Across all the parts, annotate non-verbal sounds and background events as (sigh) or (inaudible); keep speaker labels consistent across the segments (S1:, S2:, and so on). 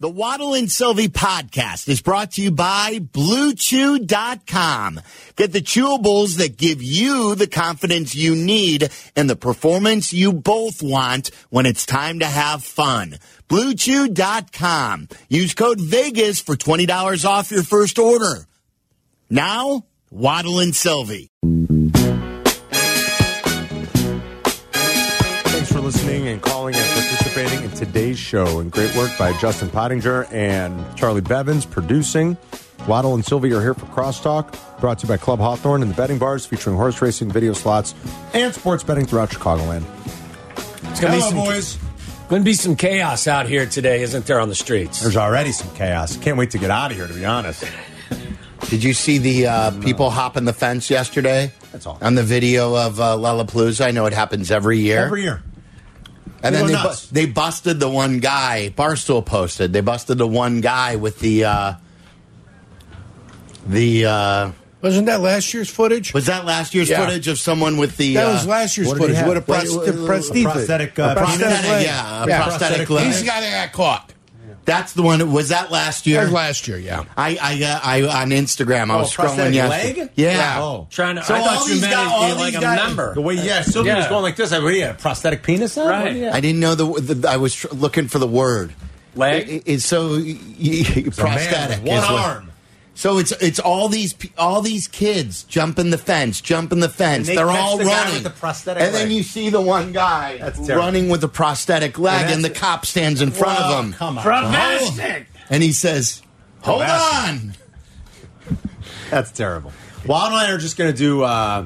S1: The Waddle and Sylvie podcast is brought to you by BlueChew.com. Get the chewables that give you the confidence you need and the performance you both want when it's time to have fun. BlueChew.com. Use code VEGAS for $20 off your first order. Now, Waddle and Sylvie.
S2: Thanks for listening and calling and participating in today's show. And great work by Justin Pottinger and Charlie Bevins producing. Waddle and Sylvie are here for Crosstalk, brought to you by Club Hawthorne and the betting bars, featuring horse racing, video slots, and sports betting throughout Chicagoland.
S3: It's gonna be some, Gonna be some chaos out here today, isn't there, on the streets?
S2: There's already some chaos. Can't wait to get out of here, to be honest.
S1: Did you see the uh, people hopping the fence yesterday?
S2: That's all.
S1: On the video of uh, Lollapalooza. I know it happens every year.
S2: Every year.
S1: And
S2: They
S1: then
S2: go
S1: they, bu-
S2: nuts.
S1: they busted the one guy. Barstool posted. They busted the one guy with the uh, the. Uh,
S4: Wasn't that last year's footage?
S1: was that last year's
S4: Yeah.
S1: footage of someone with the?
S4: that
S1: uh,
S4: was last year's
S2: what did he
S4: footage.
S2: have?
S4: What a, pros-
S2: What- what-
S4: prosthetic,
S2: prosthetic, uh,
S4: a
S1: prosthetic,
S4: prosthetic leg.
S1: yeah, a
S4: Yeah.
S1: prosthetic
S2: prosthetic
S1: leg.
S4: He's the guy that got caught.
S1: That's the one. Was that last year?
S4: That was last year, yeah.
S1: I I, uh, I on Instagram. I
S2: Oh,
S1: was scrolling
S2: prosthetic
S1: yesterday.
S2: leg?
S1: Yeah.
S2: Oh.
S3: Trying to,
S1: So
S3: I
S1: all
S3: thought you
S1: these
S3: meant
S1: guy-
S3: it'd be
S1: all
S3: like
S1: these
S3: a
S1: guy-
S3: member.
S2: The way, yeah, Sylvie was
S3: Yeah.
S2: going like this. I mean, he had a prosthetic penis on?
S3: Right.
S2: What do you-
S1: I didn't know the, the I was tr- looking for the word.
S3: Leg?
S1: It- it's so y- y-
S2: a man with
S1: prosthetic.
S2: one
S1: is what-
S2: arm.
S1: So it's it's all these pe- all these kids jumping the fence, jumping the fence.
S2: they
S1: They're
S2: catch
S1: all
S2: the guy with
S1: running
S2: the prosthetic
S1: and then
S2: leg.
S1: you see the one guy
S2: That's terrible.
S1: running with the prosthetic leg, and,
S2: that's-
S1: the cop stands in front
S2: Oh,
S1: of him, Oh.
S2: Come on.
S1: and he says, "Hold
S2: Bastard.
S1: on."
S2: That's terrible. Waddle and I are just going to do uh,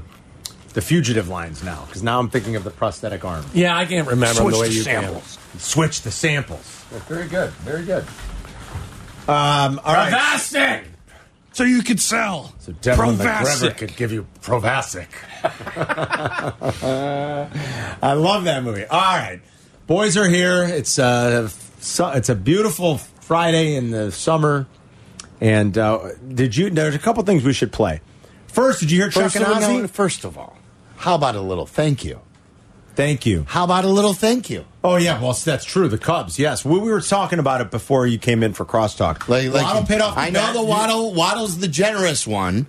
S2: the fugitive lines now because now I'm thinking of the prosthetic arm.
S3: Yeah, I can't remember the way you
S2: Can. Switch the samples. Very good. Very good. Um, all
S3: can.
S2: right.
S3: Provastic!
S5: So you could sell.
S2: So Devlin McGregor
S5: Provasic.
S2: could give you Provasic. (laughs) I love that movie. All right, boys are here. It's a it's a beautiful Friday in the summer. And uh, did you? There's a couple things we should play. First, did you hear Chuck
S1: First
S2: and
S1: of, all,
S2: Ozzy?
S1: first of all, how about a little thank you?
S2: Thank you.
S1: How about a little thank you?
S2: Oh yeah, well that's true. The Cubs, yes. We, we were talking about it before you came in for crosstalk.
S1: Like, like
S2: Waddle paid off.
S1: I know
S2: bat.
S1: the Waddle. Waddle's the generous one,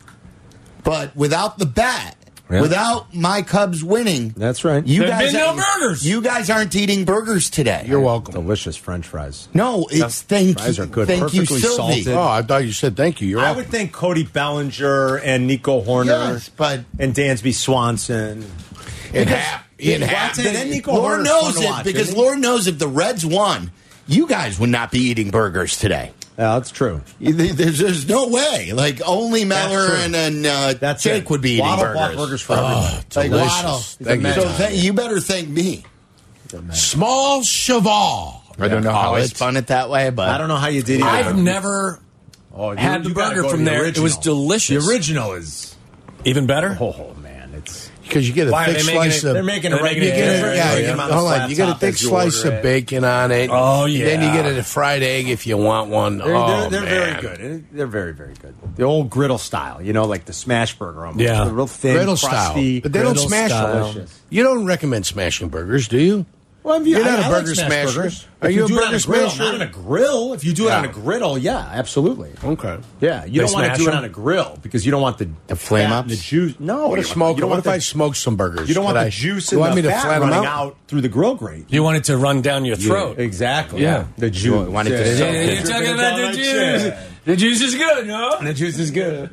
S1: but without the bat,
S2: Yeah.
S1: without my Cubs winning,
S2: That's right.
S1: you
S3: There've
S1: guys
S3: been no
S1: aren't-
S3: burgers.
S1: You guys aren't eating burgers today. You're
S4: welcome.
S2: delicious French fries.
S1: No, it's thank
S2: fries
S1: you.
S2: are good.
S1: Thank you,
S2: Perfectly
S1: Sylvie.
S2: salted.
S4: Oh, I thought you said thank you. You're
S2: I
S4: welcome.
S2: would think Cody Bellinger and Nico Horner,
S1: Yes, but-
S2: and Dansby Swanson.
S4: in half. In half.
S2: Watson and Nico
S1: Lord
S2: Horner's
S1: knows
S2: fun to
S1: it
S2: watch,
S1: because
S2: isn't he?
S1: Lord knows if the Reds won, you guys would not be eating burgers today.
S2: Yeah, that's true.
S1: There's, there's no way. Like only Meller
S2: true.
S1: and, and uh,
S2: That's
S1: Jake
S2: it.
S1: would be eating
S2: Waddle bought
S1: burgers.
S2: burgers for everybody.
S1: Like,
S4: Delicious.
S1: Waddle.
S4: Thank you,
S1: so
S4: Tom.
S1: th- you better thank me.
S4: Small Cheval. oh,
S1: I don't know how I spun it that way, but
S2: I don't know how you did it.
S3: I've never
S2: oh, you-
S3: had the
S2: you gotta
S3: burger
S2: go to
S3: from
S2: the
S3: there. It was
S2: original.
S3: delicious.
S4: The original is
S3: Even better?
S2: Oh man, it's
S4: because you get a
S3: Why are
S4: thick
S3: they making
S4: slice
S3: it-
S4: of.
S2: they're making a
S3: They're making
S2: regular.
S3: it
S4: You get a-
S3: different.
S4: yeah,
S3: Break
S4: yeah.
S3: them on
S4: Hold on, you get a thick slice of bacon on it.
S3: Oh,
S4: and Then you
S3: yeah.
S4: get a fried egg if you want one.
S2: They're, they're,
S4: oh,
S2: they're very
S4: man.
S2: good. They're very very good. The old griddle style, you know, like the smash burger almost.
S3: Yeah.
S2: the real thin,
S4: Griddle
S2: crusty-
S4: style, but they don't
S2: griddle
S4: smash
S2: style.
S4: them. You don't recommend smashing burgers, do you?
S2: Well, if
S4: You're not
S2: a
S4: a burger smasher.
S2: Are
S4: Are
S2: you,
S4: you a
S2: do it on
S4: burger
S2: a grill,
S4: smasher?
S2: Not on a grill. If you do it
S4: Yeah.
S2: on a griddle, yeah, absolutely.
S4: Okay.
S2: Yeah, you
S3: They
S2: don't want to
S3: smash
S2: do it
S3: them?
S2: on a grill because you don't want the
S1: The flame
S2: fat and
S1: ups?
S2: the juice. No,
S4: What
S2: you
S4: if
S2: don't-
S4: smoke?
S2: You don't
S4: What
S2: want
S4: if
S2: the,
S4: I smoke some burgers?
S2: You don't want
S4: Could
S2: the
S4: I-
S2: juice
S4: You
S2: and
S4: want
S2: the
S4: me to
S2: fat
S4: flat 'em
S2: running
S4: out?
S2: out through the grill grate.
S3: You want it to run down your throat.
S2: Exactly.
S3: Yeah.
S2: the juice.
S1: want it to
S2: Yeah,
S1: soak
S2: yeah,
S1: in.
S2: yeah,
S3: You're talking about the juice. The juice is good, no?
S2: The juice is good.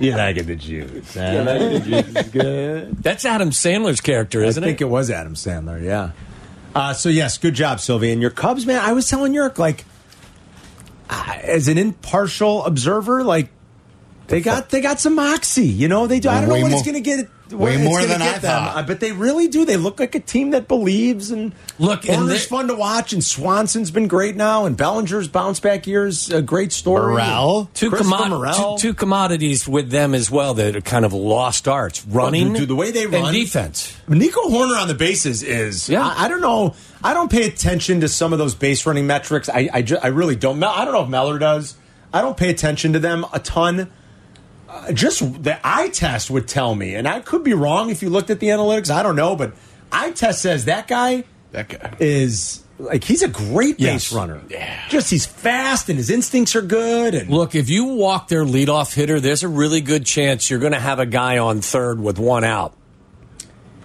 S2: You like it, the juice. huh? the juice is good.
S3: That's Adam Sandler's character, isn't
S2: I think it? was Adam Sandler. Yeah. Uh, so yes, good job, Sylvie. And your Cubs, man. I was telling York, like, I- as an impartial observer, like they got they got some moxie. You know, they do. I don't know
S1: Way
S2: what
S1: more-
S2: it's going to get. what
S1: way
S2: it's
S1: more
S2: gonna
S1: than
S2: get
S1: I
S2: them,
S1: thought.
S2: uh, but they really do. They look like a team that believes and
S3: Look, and
S2: Horner's
S3: they-
S2: fun to watch, and Swanson's been great now, and Bellinger's bounce back years, a great story.
S1: Morrell?
S3: Two,
S2: Christopher
S3: commo-
S2: Morrell.
S3: two, two commodities with them as well that are kind of lost arts running.
S2: do- do the way they run-
S3: and defense.
S2: Nico Horner on the bases is.
S3: Yeah.
S2: I, I don't know. I don't pay attention to some of those base running metrics. I I, ju- I really don't. Mel- I don't know if Meller does. I don't pay attention to them a ton. Uh, just the eye test would tell me, and I could be wrong if you looked at the analytics. I don't know, but eye test says that guy
S4: That guy.
S2: is like he's a great base
S3: Yes.
S2: runner. Yeah. Just he's fast and his instincts are good. And
S3: Look, if you walk their leadoff hitter, there's a really good chance you're going to have a guy on third with one out.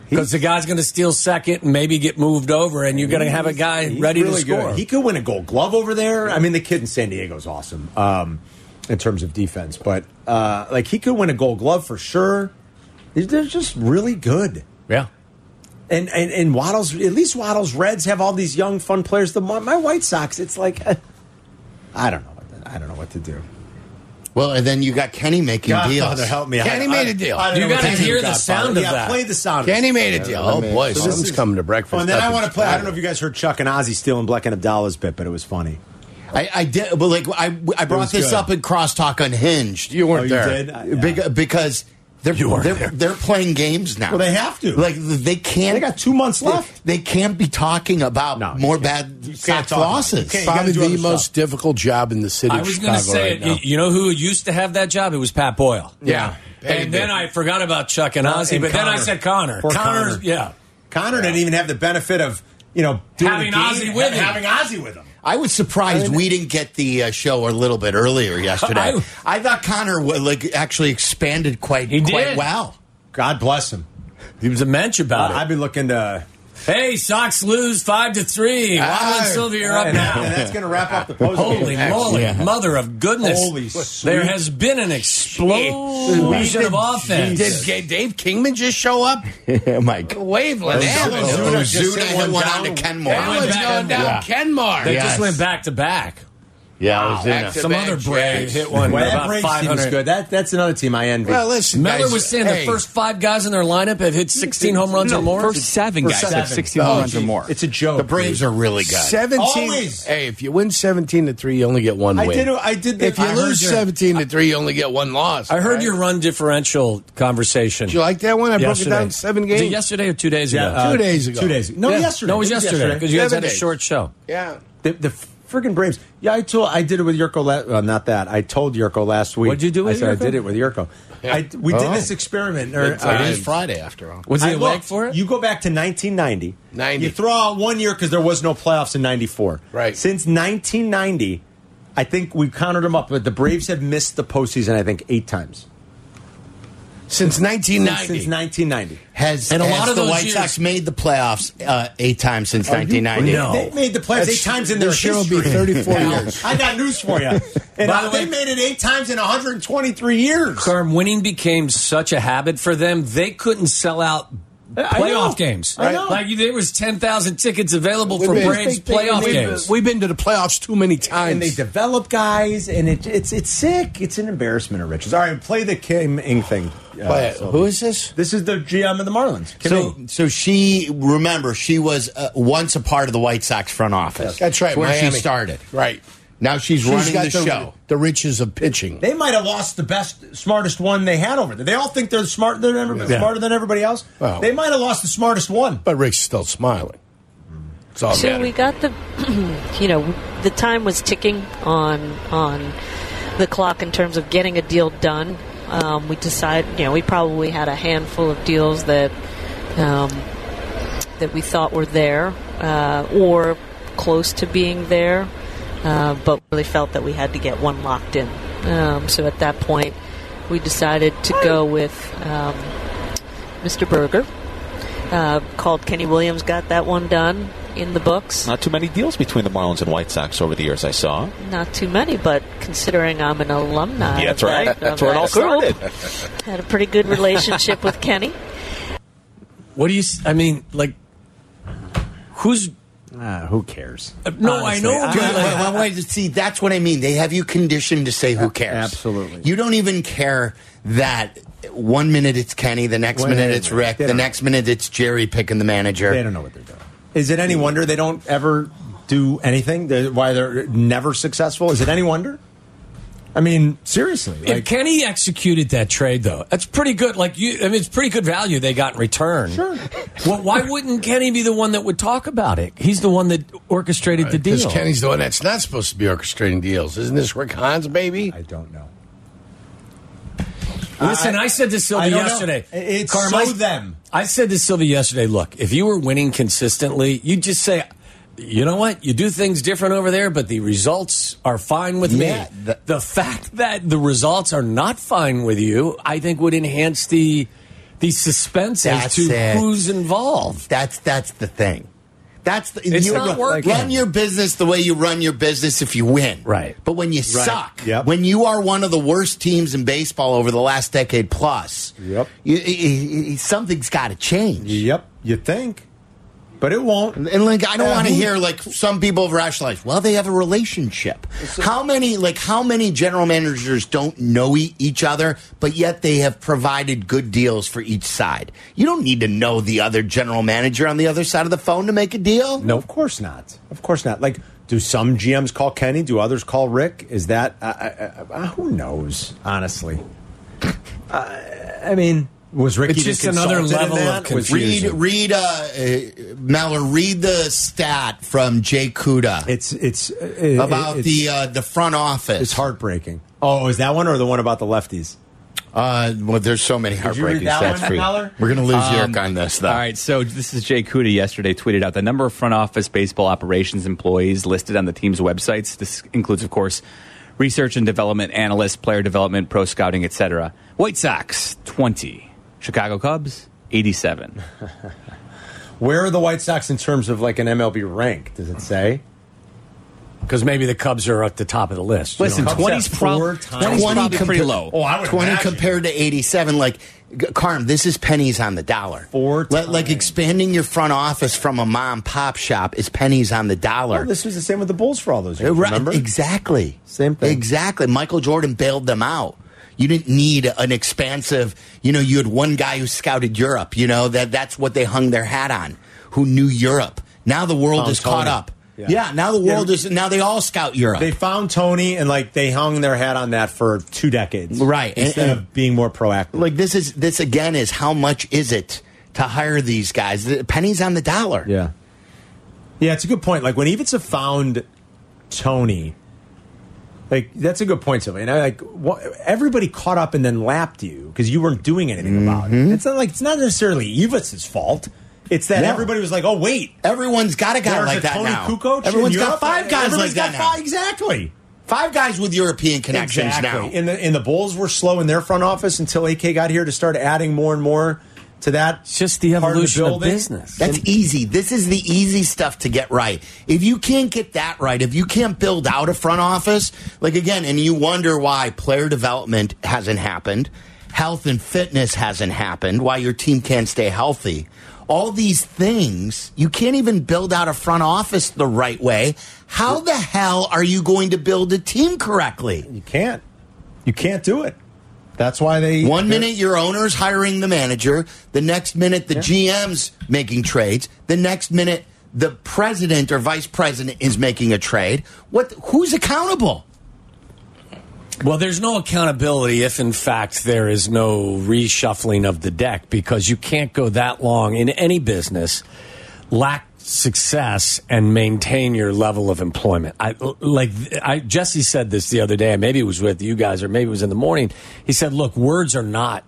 S3: Because the guy's going to steal second and maybe get moved over, and you're going to have a guy
S2: He's
S3: ready
S2: really
S3: to score.
S2: Good. He could win a Gold Glove over there. I mean, the kid in San Diego's awesome um, in terms of defense, but uh, like he could win a Gold Glove for sure. He's- They're just really good.
S3: yeah.
S2: And, and and Waddles, at least Waddles Reds have all these young fun players. The my, my White Sox, it's like uh, I don't know. What to, I don't know what to do.
S1: Well, and then you got Kenny making deals.
S2: Father, help me! I-
S4: Kenny made a deal.
S2: I don't
S3: You
S2: know what
S3: gotta
S2: do,
S3: hear the
S2: Godfather.
S3: sound of
S2: Yeah,
S3: that.
S2: Play the sound. of
S4: Kenny
S2: it.
S4: made a deal. Oh
S1: man. So
S4: boy,
S2: this
S4: something's
S2: is-
S4: coming to breakfast.
S2: Oh, and then
S4: up
S2: I
S4: in
S2: want to play. I don't know
S4: Chicago.
S2: if you guys heard Chuck and Ozzy stealing Black and Abdallah's bit, but it was funny.
S1: I, I did, but like I, I brought
S2: was
S1: this
S2: good.
S1: up in Crosstalk Unhinged. You
S2: Oh,
S1: weren't
S2: you there. did? I-
S1: Bec- because they're
S4: weren't
S1: they're,
S4: there.
S1: they're playing games now.
S2: Well, they have to.
S1: Like they can't.
S2: They got two months
S1: they-
S2: left.
S1: They, can't be talking about
S2: No, you
S1: more
S2: can't. You
S1: bad
S2: can't
S1: Sox
S2: talk about it.
S1: losses.
S2: You can't.
S4: Probably
S2: gotta do
S4: the
S2: other
S4: most
S2: stuff.
S4: difficult job in the city
S3: I
S4: of
S3: was going
S4: Chicago
S3: to say,
S4: right
S3: you,
S4: now.
S3: you know who used to have that job? It was Pat Boyle.
S4: Yeah.
S3: And,
S4: Petty
S3: then
S4: bit.
S3: I forgot about Chuck and Ozzy,
S2: and
S3: but then I
S2: Connor.
S3: said Connor.
S2: Poor
S3: Connor's,
S2: Connor.
S3: yeah.
S2: Connor didn't even have the benefit of you know doing
S3: Having
S2: a game,
S3: Ozzy with him.
S2: having Ozzy with him.
S1: I was surprised we didn't get the uh, show a little bit earlier yesterday.
S3: I-
S1: I, thought Connor wa- like actually expanded quite
S3: He
S1: quite
S3: did.
S1: well.
S2: God bless him.
S3: He was a mensch about
S2: I've been looking to.
S3: it. Hey, Sox lose 5 to 3. Waddle
S2: Ah.
S3: and Sylvia are up
S2: and,
S3: now.
S2: and that's going to wrap up the post.
S3: Holy moly, mother of goodness.
S2: Holy sweet-
S3: there has been an explosion of offense.
S4: Did Ga- Dave Kingman just show up?
S1: oh my god!
S4: Waveland Avenue.
S1: Ozuna,
S2: just hit
S1: hit
S2: one
S1: oh, one
S2: down.
S1: on to Kenmore.
S4: Everyone's
S3: back
S4: going
S3: and-
S4: down
S1: Yeah.
S4: Kenmar.
S3: They
S1: Yes.
S3: just went back to back.
S1: Yeah,
S4: back to
S3: Some
S4: back,
S3: other brave
S4: Jags.
S3: hit one
S2: Well, that
S3: about
S2: Braves team is
S3: 500.
S2: good. That, that's another team I envy.
S4: Well, listen,
S3: Miller
S4: guys,
S3: was saying
S4: hey,
S3: the first five guys in their lineup have hit 16 home runs or more.
S6: First seven guys
S2: seven.
S6: have 16
S2: Oh,
S6: home runs or
S2: geez.
S6: more.
S2: It's a joke.
S1: The Braves are really good.
S4: seventeen.
S2: Always.
S4: Hey, if you win seventeen to three, you only get one
S2: I
S4: win.
S2: did. I did.
S4: if you
S2: I heard
S4: lose
S2: your-
S4: seventeen to three, you only get one loss.
S3: I heard
S4: right?
S3: your run differential conversation.
S4: Did you like that one? I
S3: yesterday.
S4: broke it down seven
S3: Was
S4: games.
S3: it yesterday or two days
S2: Yeah,
S3: ago?
S2: uh,
S4: Two days ago.
S2: Two days. No,
S3: Yeah.
S2: yesterday.
S3: No, it was yesterday because you guys
S4: Seven
S3: had a
S4: days.
S3: short show.
S4: Yeah.
S2: The, the freaking Braves. Yeah, I told. I did it with Yurko. La- well, not that. I told Yurko last week.
S3: What'd you do with
S2: I said
S3: Yurko?
S2: I did it with Yurko. I, we did this experiment. Or,
S4: Good times.
S2: uh,
S4: It
S2: I-
S4: is Friday after all.
S3: Was he
S2: I
S3: awake
S2: looked.
S3: for it?
S2: You go back to 1990.
S4: 90.
S2: You throw out one year because there was no playoffs in 94.
S4: Right.
S2: Since 1990, I think we counted them up, but the Braves have missed the postseason, I think, eight times.
S4: Since nineteen
S2: Since-
S4: ninety.
S2: Since 1990.
S1: Has
S3: And a
S1: has
S3: lot of
S1: the
S3: those
S1: White
S3: years-
S1: Sox made the playoffs uh, eight times since 1990?
S3: No.
S2: They made the playoffs eight times in their
S4: this year will be
S2: history.
S4: 34
S2: Now,
S4: years.
S2: I got news for you.
S3: (laughs)
S2: And uh,
S3: By the
S2: they
S3: way-
S2: made it eight times in 123 years.
S3: Carm, winning became such a habit for them, they couldn't sell out
S2: I know.
S3: playoff games.
S2: I know.
S3: Like there was 10,000 tickets available for
S4: We've been-
S3: Braves playoff
S4: we've-
S3: games.
S4: We've been to the playoffs too many times.
S2: And they develop guys, and it, it's it's sick. It's an embarrassment of riches. All right, play the Kim Ing thing. Uh,
S4: But
S2: so-
S4: who is this?
S2: This is the GM of the Marlins. Kim
S1: So,
S2: Ng.
S1: so she remember she was uh, once a part of the White Sox front office.
S4: That's right.
S1: It's where
S4: Miami.
S1: she started.
S4: Right.
S1: Now she's, running
S4: got
S1: the, show.
S4: The riches of pitching.
S2: they might have lost the best, smartest one they had over there. They all think they're smart, they're every-
S4: Yeah.
S2: smarter than everybody else.
S4: Well-
S2: they might have lost the smartest one.
S4: But Rick's still smiling. It's all
S7: So
S4: matters.
S7: we got the, (clears throat) you know, the time was ticking on on the clock in terms of getting a deal done. Um, we decided, you know, we probably had a handful of deals that um, that we thought were there uh, or close to being there, uh, but really felt that we had to get one locked in. Um, so at that point, we decided to go with um, Mr. Berger. Uh, called Kenny Williams, got that one done in the books.
S6: Not too many deals between the Marlins and White Sox over the years, I saw.
S7: Not too many, but considering I'm an alumni,
S6: Yeah, that's
S7: of
S6: right.
S7: that-
S6: That's
S7: of
S6: where it
S7: that
S6: all
S7: group,
S6: started.
S7: Had a pretty good relationship with Kenny.
S3: What do you, s- I mean, like, who's, uh,
S2: Ah, who cares?
S3: no, I know.
S1: Wait, wait, wait, wait, see, that's what I mean. They have you conditioned to say who cares.
S2: absolutely.
S1: You don't even care that one minute it's Kenny, the next
S2: Wait,
S1: minute it's
S2: wait, wait.
S1: Rick,
S2: They
S1: the
S2: don't-
S1: next minute it's Jerry picking the manager.
S2: They don't know what they're doing. Is it any wonder they don't ever do anything? They're- why they're never successful? Is it any wonder? I mean, seriously.
S3: If
S2: Like,
S3: Kenny executed that trade, though, that's pretty good. Like you, I mean, it's pretty good value they got in return.
S2: Sure.
S3: Well, why wouldn't Kenny be the one that would talk about it? He's the one that orchestrated
S2: Uh,
S3: the
S4: Because
S3: deal.
S4: Kenny's the one that's not supposed to be orchestrating deals. Isn't this Rick Hans, baby?
S2: I don't know.
S3: Listen, I,
S2: I-
S3: said to Sylvia
S2: I don't know.
S3: yesterday.
S2: It's
S3: Carm,
S2: so
S3: I,
S2: them.
S3: I said to Sylvia yesterday. Look, if you were winning consistently, you just say. you know what? You do things different over there, but the results are fine with
S1: Yeah,
S3: me.
S1: th-
S3: the fact that the results are not fine with you, I think, would enhance the the suspense as
S1: That's
S3: to
S1: it.
S3: who's involved.
S1: That's that's the thing. That's the,
S3: It's
S1: you
S3: not
S1: run,
S3: working.
S1: run your business the way you run your business if you win.
S3: Right.
S1: But when you suck,
S2: Yep.
S1: when you are one of the worst teams in baseball over the last decade plus,
S2: Yep.
S1: you, y- y- y- something's got to change.
S2: Yep, you think, but it won't.
S1: And like, I don't
S2: Yeah,
S1: want to
S2: who-
S1: hear like some people have rationalized. Well, they have a relationship. how many like how many general managers don't know e- each other, but yet they have provided good deals for each side? You don't need to know the other general manager on the other side of the phone to make a deal.
S2: No, of course not. Of course not. Like, do some GMs call Kenny? Do others call Rick? Is that I I- I- who knows? Honestly, I, I mean, was Ricky
S3: It's
S2: the
S3: just another
S2: consultant in
S3: level of
S2: that? Was-
S1: Read,
S3: Fusion.
S1: read, uh, uh, Mallor, read the stat from Jay Kuda
S2: It's it's uh, it-
S1: about
S2: it's-
S1: the uh, the front office.
S2: It's heartbreaking. Oh, is that one or the one about the lefties?
S1: Uh, well, there's so many heartbreaking
S2: that
S1: stats
S2: one,
S1: for you.
S2: Mallor?
S1: We're gonna lose York on this, though.
S8: Um, All right, so this is Jay Kuda yesterday tweeted out the number of front office baseball operations employees listed on the team's websites. This includes, of course, research and development analysts, player development, pro scouting, etc. White Sox, 20. Chicago Cubs, 87.
S2: Where are the White Sox in terms of like an MLB rank? Does it say?
S3: Because maybe the Cubs are at the top of the list. you
S8: Listen,
S3: know?
S2: Cubs
S8: 20's
S2: have
S8: prob-
S2: four
S8: 20's
S2: times-
S8: probably
S1: 20
S8: pretty
S1: compared-
S8: low.
S5: Oh, I would
S1: 20
S5: imagine.
S1: compared to 87 like G- carm this is pennies on the dollar
S2: Four
S1: Let, like
S2: times.
S1: expanding your front office from a mom pop shop is pennies on the dollar
S2: Well, Oh, this was the same with the Bulls for all those years.
S1: Right,
S2: Remember?
S1: exactly
S2: Same thing.
S1: exactly michael jordan bailed them out you didn't need an expansive you know you had one guy who scouted europe you know that that's what they hung their hat on who knew europe now the world
S2: Oh,
S1: is caught
S2: Tony.
S1: up
S2: Yeah.
S1: yeah. now the world
S2: Yeah.
S1: is now they all scout europe
S2: They found Tony and like they hung their hat on that for two decades,
S1: Right, and-
S2: Instead
S1: and-
S2: of being more proactive.
S1: like this is this again is how much is it to hire these guys The- pennies on the dollar
S2: Yeah. Yeah, it's a good point. Like when Ivica found Tony, like that's a good point, Sylvia. And I like what, everybody caught up and then lapped you because you weren't doing anything about it. It's not like it's not necessarily Ivica's fault. It's that
S1: Mm-hmm. No.
S2: everybody was like, "Oh wait,
S1: everyone's got a guy
S2: there's
S1: like
S2: a
S1: that
S2: Tony
S1: now
S2: Kukoc. in
S1: everyone's got
S2: Europe.
S1: five guys
S2: Everybody's
S1: like that
S2: got
S1: now
S2: five- exactly."
S1: five guys with european connections
S2: exactly.
S1: now
S2: And the and the Bulls were slow in their front office until AK got here to start adding more and more to that.
S3: It's just the
S2: part of the
S3: evolution of,
S2: building.
S3: business.
S1: That's easy. This is the easy stuff to get right. If you can't get that right, if you can't build out a front office, like again, and you wonder why player development hasn't happened, health and fitness hasn't happened, why your team can't stay healthy. All these things, you can't even build out a front office the right way. How the hell are you going to build a team correctly?
S2: You can't. You can't do it. That's why they
S1: One minute your owner's hiring the manager, the next minute the GM's making trades, the next minute the president or vice president is making a trade. What who's accountable?
S3: Well, there's no accountability if, in fact, there is no reshuffling of the deck because you can't go that long in any business, lack success, and maintain your level of employment. I like I Jesse said this the other day. Maybe it was with you guys, or maybe it was in the morning. He said, "Look, words are not."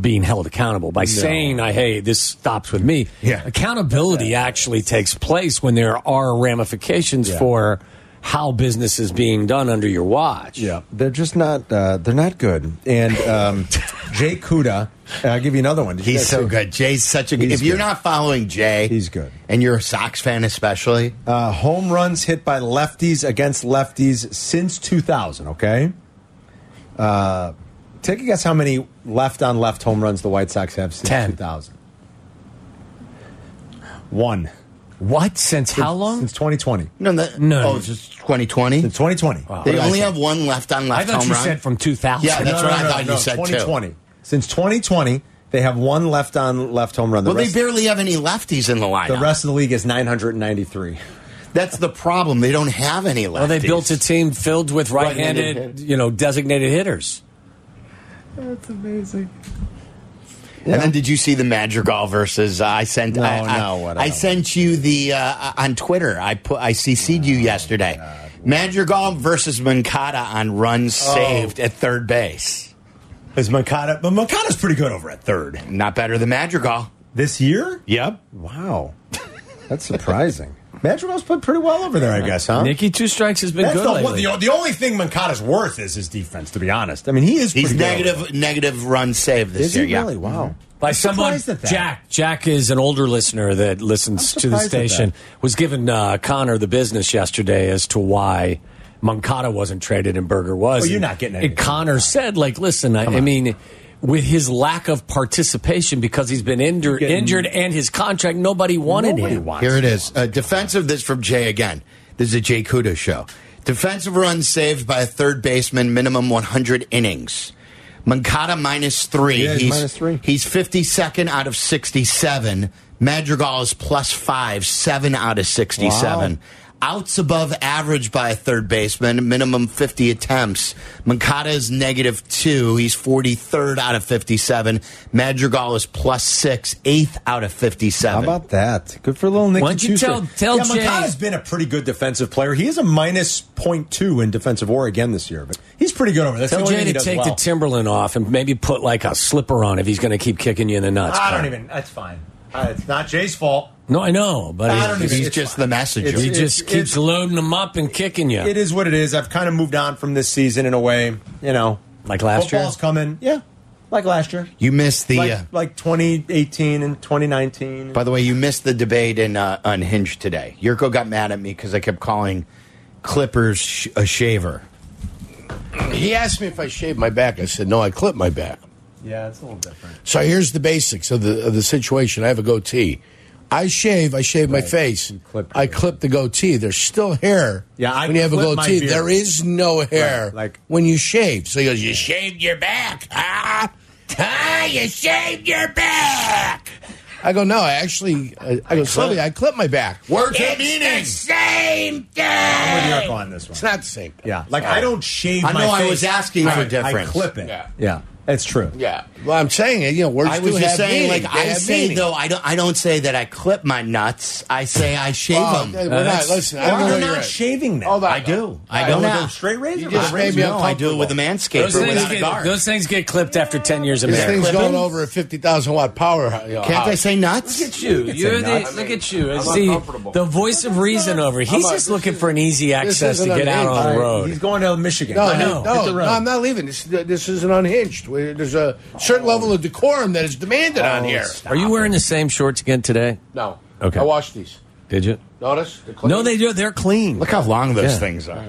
S3: Being held accountable by saying, "I hey, this stops with me."
S2: Yeah.
S3: accountability actually takes place when there are ramifications
S2: Yeah.
S3: for how business is being done under your watch.
S2: Yeah, they're just not. Uh, they're not good. And
S3: (laughs)
S2: um, Jay Kuda, uh, I'll give you another one. Did you
S1: He's
S2: guys
S1: so
S2: see-
S1: good. Jay's such a good.
S2: He's
S1: If you're
S2: good.
S1: not following Jay,
S2: He's good.
S1: and you're a Sox fan especially.
S2: Uh, home runs hit by lefties against lefties since 2000. Okay. Uh, take a guess how many left on left home runs the White Sox have since
S3: Ten.
S2: 2000. One.
S3: What? Since how long?
S2: Since 2020.
S1: No, that,
S3: No.
S1: Oh, it's just 2020.
S2: Since 2020. What
S1: They
S2: did I
S1: only
S2: say?
S1: have one left on left
S3: I thought
S1: home
S3: you
S1: run.
S3: said from 2000.
S1: Yeah, that's
S2: No,
S1: what
S2: no,
S1: I
S2: no,
S1: thought
S2: no,
S1: you said too.
S2: 2020. Since 2020, they have one left on left home run. The
S1: Well, they
S2: rest-
S1: barely have any lefties in the lineup.
S2: the rest of the league is 993.
S1: That's the problem. They don't have any lefties.
S3: well, they built a team filled with right-handed,
S1: Right-handed hit.
S3: you know, designated hitters.
S1: And then did you see the Madrigal versus uh, I sent I, I,
S2: no, what
S1: I
S2: else?
S1: sent you the uh, on Twitter. I put I CC'd
S2: Ah,
S1: you yesterday. Madrigal versus Mancada on runs
S2: Oh.
S1: saved at third base.
S2: Is Mancada, but Mancada's pretty good over at third
S1: Not better than Madrigal.
S2: this year.
S1: Yep.
S2: (laughs) Wow, that's surprising. Madrigal's played pretty well over there, I guess, huh?
S3: Nicky Two Strikes has been
S2: That's
S3: good
S2: the, one,
S3: lately.
S2: the, the only thing Mankata's worth is his defense, to be honest. I mean, he is
S1: He's
S2: pretty good over
S1: negative negative run save
S2: there.
S1: this
S2: Is
S1: year.
S2: he
S1: yeah.
S2: really? Wow.
S3: By
S2: I'm
S3: someone,
S2: surprised at that.
S3: Jack. Jack is an older listener that listens
S2: I'm
S3: to the
S2: surprised at
S3: station. Was given uh, Connor the business yesterday as to why Moncada wasn't traded and Berger was.
S2: Oh, you're
S3: And-
S2: not getting
S3: And
S2: anything.
S3: Connor said, like, listen, I, I mean, with his lack of participation because he's been injured,
S2: getting-
S3: injured, and his contract, nobody wanted
S2: Nobody
S3: him.
S2: wants
S1: Here it is. Uh, defensive this from Jay again. This is a Jay Kuda show. Defensive runs saved by a third baseman, minimum 100 innings. Mankata minus three.
S2: Yeah, he's minus three.
S1: He's 52nd out of 67. Madrigal is plus five, seven out of 67.
S2: Wow.
S1: Outs above average by a third baseman, minimum 50 attempts. Mankata is negative two. He's 43rd out of 57. Madrigal is plus six, eighth out of 57.
S2: How about that? Good for little Nick.
S3: Why don't you
S2: Schuster.
S3: tell- tell
S2: yeah,
S3: Jay-
S2: Mankata's been a pretty good defensive player. He is a minus point two in defensive WAR again this year, but he's pretty good over there. That's the
S3: Tell
S2: only
S3: Jay
S2: thing he
S3: to
S2: does
S3: take
S2: well.
S3: the Timberland off and maybe put like a slipper on if he's going to keep kicking you in the nuts.
S2: I
S3: Connor.
S2: don't even. That's fine. Uh, it's not Jay's fault.
S3: No, I know, but
S2: I
S3: he-
S2: don't
S1: He's
S2: even- it's
S1: just
S2: fine.
S1: the messenger.
S2: It's-
S3: he
S2: it's-
S3: just keeps
S2: it's-
S3: loading them up and kicking you.
S2: It is what it is. I've kind of moved on from this season in a way. You know,
S3: Like last year?
S2: football's coming. Yeah, like last year.
S1: You missed the.
S2: Like,
S1: uh,
S2: like 2018 and 2019.
S1: by the way, you missed the debate in uh, Unhinged today. Yurko got mad at me because I kept calling Clippers sh- a shaver.
S4: He asked me if I shaved my back. I said, no, I clip my back.
S2: yeah, it's a little different.
S4: So here's the basics of the of the situation. I have a goatee. I shave. I shave my face.
S2: clip
S4: I
S2: your-
S4: clip the goatee. There's still hair.
S2: Yeah, I
S4: when you have a
S2: clip my
S4: goatee,
S2: beard.
S4: there is no hair.
S2: Right, like-
S4: when you shave. So he goes, "You shaved your back, ah, ah, you shaved your back." I go, "No, I actually." I, I go, "Slowly, I clip my back."
S1: Words
S4: it's
S1: have meaning.
S4: The same thing.
S2: I'm with Yurko on this one.
S4: It's not the same. thing.
S2: Yeah, like I don't shave.
S1: I know
S2: my
S1: I
S2: face.
S1: was asking for
S2: Right, I
S1: difference.
S2: clip it.
S4: Yeah.
S2: yeah, that's true.
S4: Yeah. Well, I'm saying, you know, words
S1: I was
S4: do
S1: just
S4: have
S1: saying,
S4: meaning.
S1: like
S4: They
S1: I
S4: have
S1: say
S4: meaning.
S1: though, I don't. I don't say that I clip my nuts. I say I shave
S4: Oh,
S1: them.
S4: we're not,
S3: that's-
S4: listen, I
S2: Why
S4: don't know
S2: are
S4: where
S2: you
S4: you're
S2: not
S4: at.
S2: shaving them?
S4: Hold on.
S1: I do. I
S2: I
S1: don't
S2: don't
S1: know.
S2: go straight razor.
S4: You just
S2: blades.
S4: made me
S2: No,
S1: I do it with a
S3: Those
S1: manscaper
S3: things,
S1: without a
S3: get,
S1: guard.
S3: those things get clipped after 10 years of
S4: This
S3: marriage.
S4: thing's
S1: Clipping?
S4: going over a 50,000 watt power. You know,
S1: Can't I
S4: house.
S1: say nuts?
S3: you. You're the,
S2: nuts.
S3: look at you. It's the, the voice of reason over. He's
S4: not-
S3: just looking for an easy access to
S4: isn't
S3: get
S4: an
S3: out on
S4: eight.
S3: the
S2: He's
S3: road.
S2: going to Michigan.
S4: No,
S2: I know.
S4: no,
S2: Hit the
S4: no,
S2: road.
S4: I'm not leaving. This, uh, this isn't unhinged. We- There's a certain level of decorum that is demanded on
S2: Oh,
S4: here.
S2: stop.
S3: Are you wearing the same shorts again today?
S4: No.
S3: Okay.
S4: I washed these.
S3: Did you?
S4: Notice? They're clean.
S3: No, they do. They're clean.
S1: Look how long those
S3: Yeah.
S1: things are.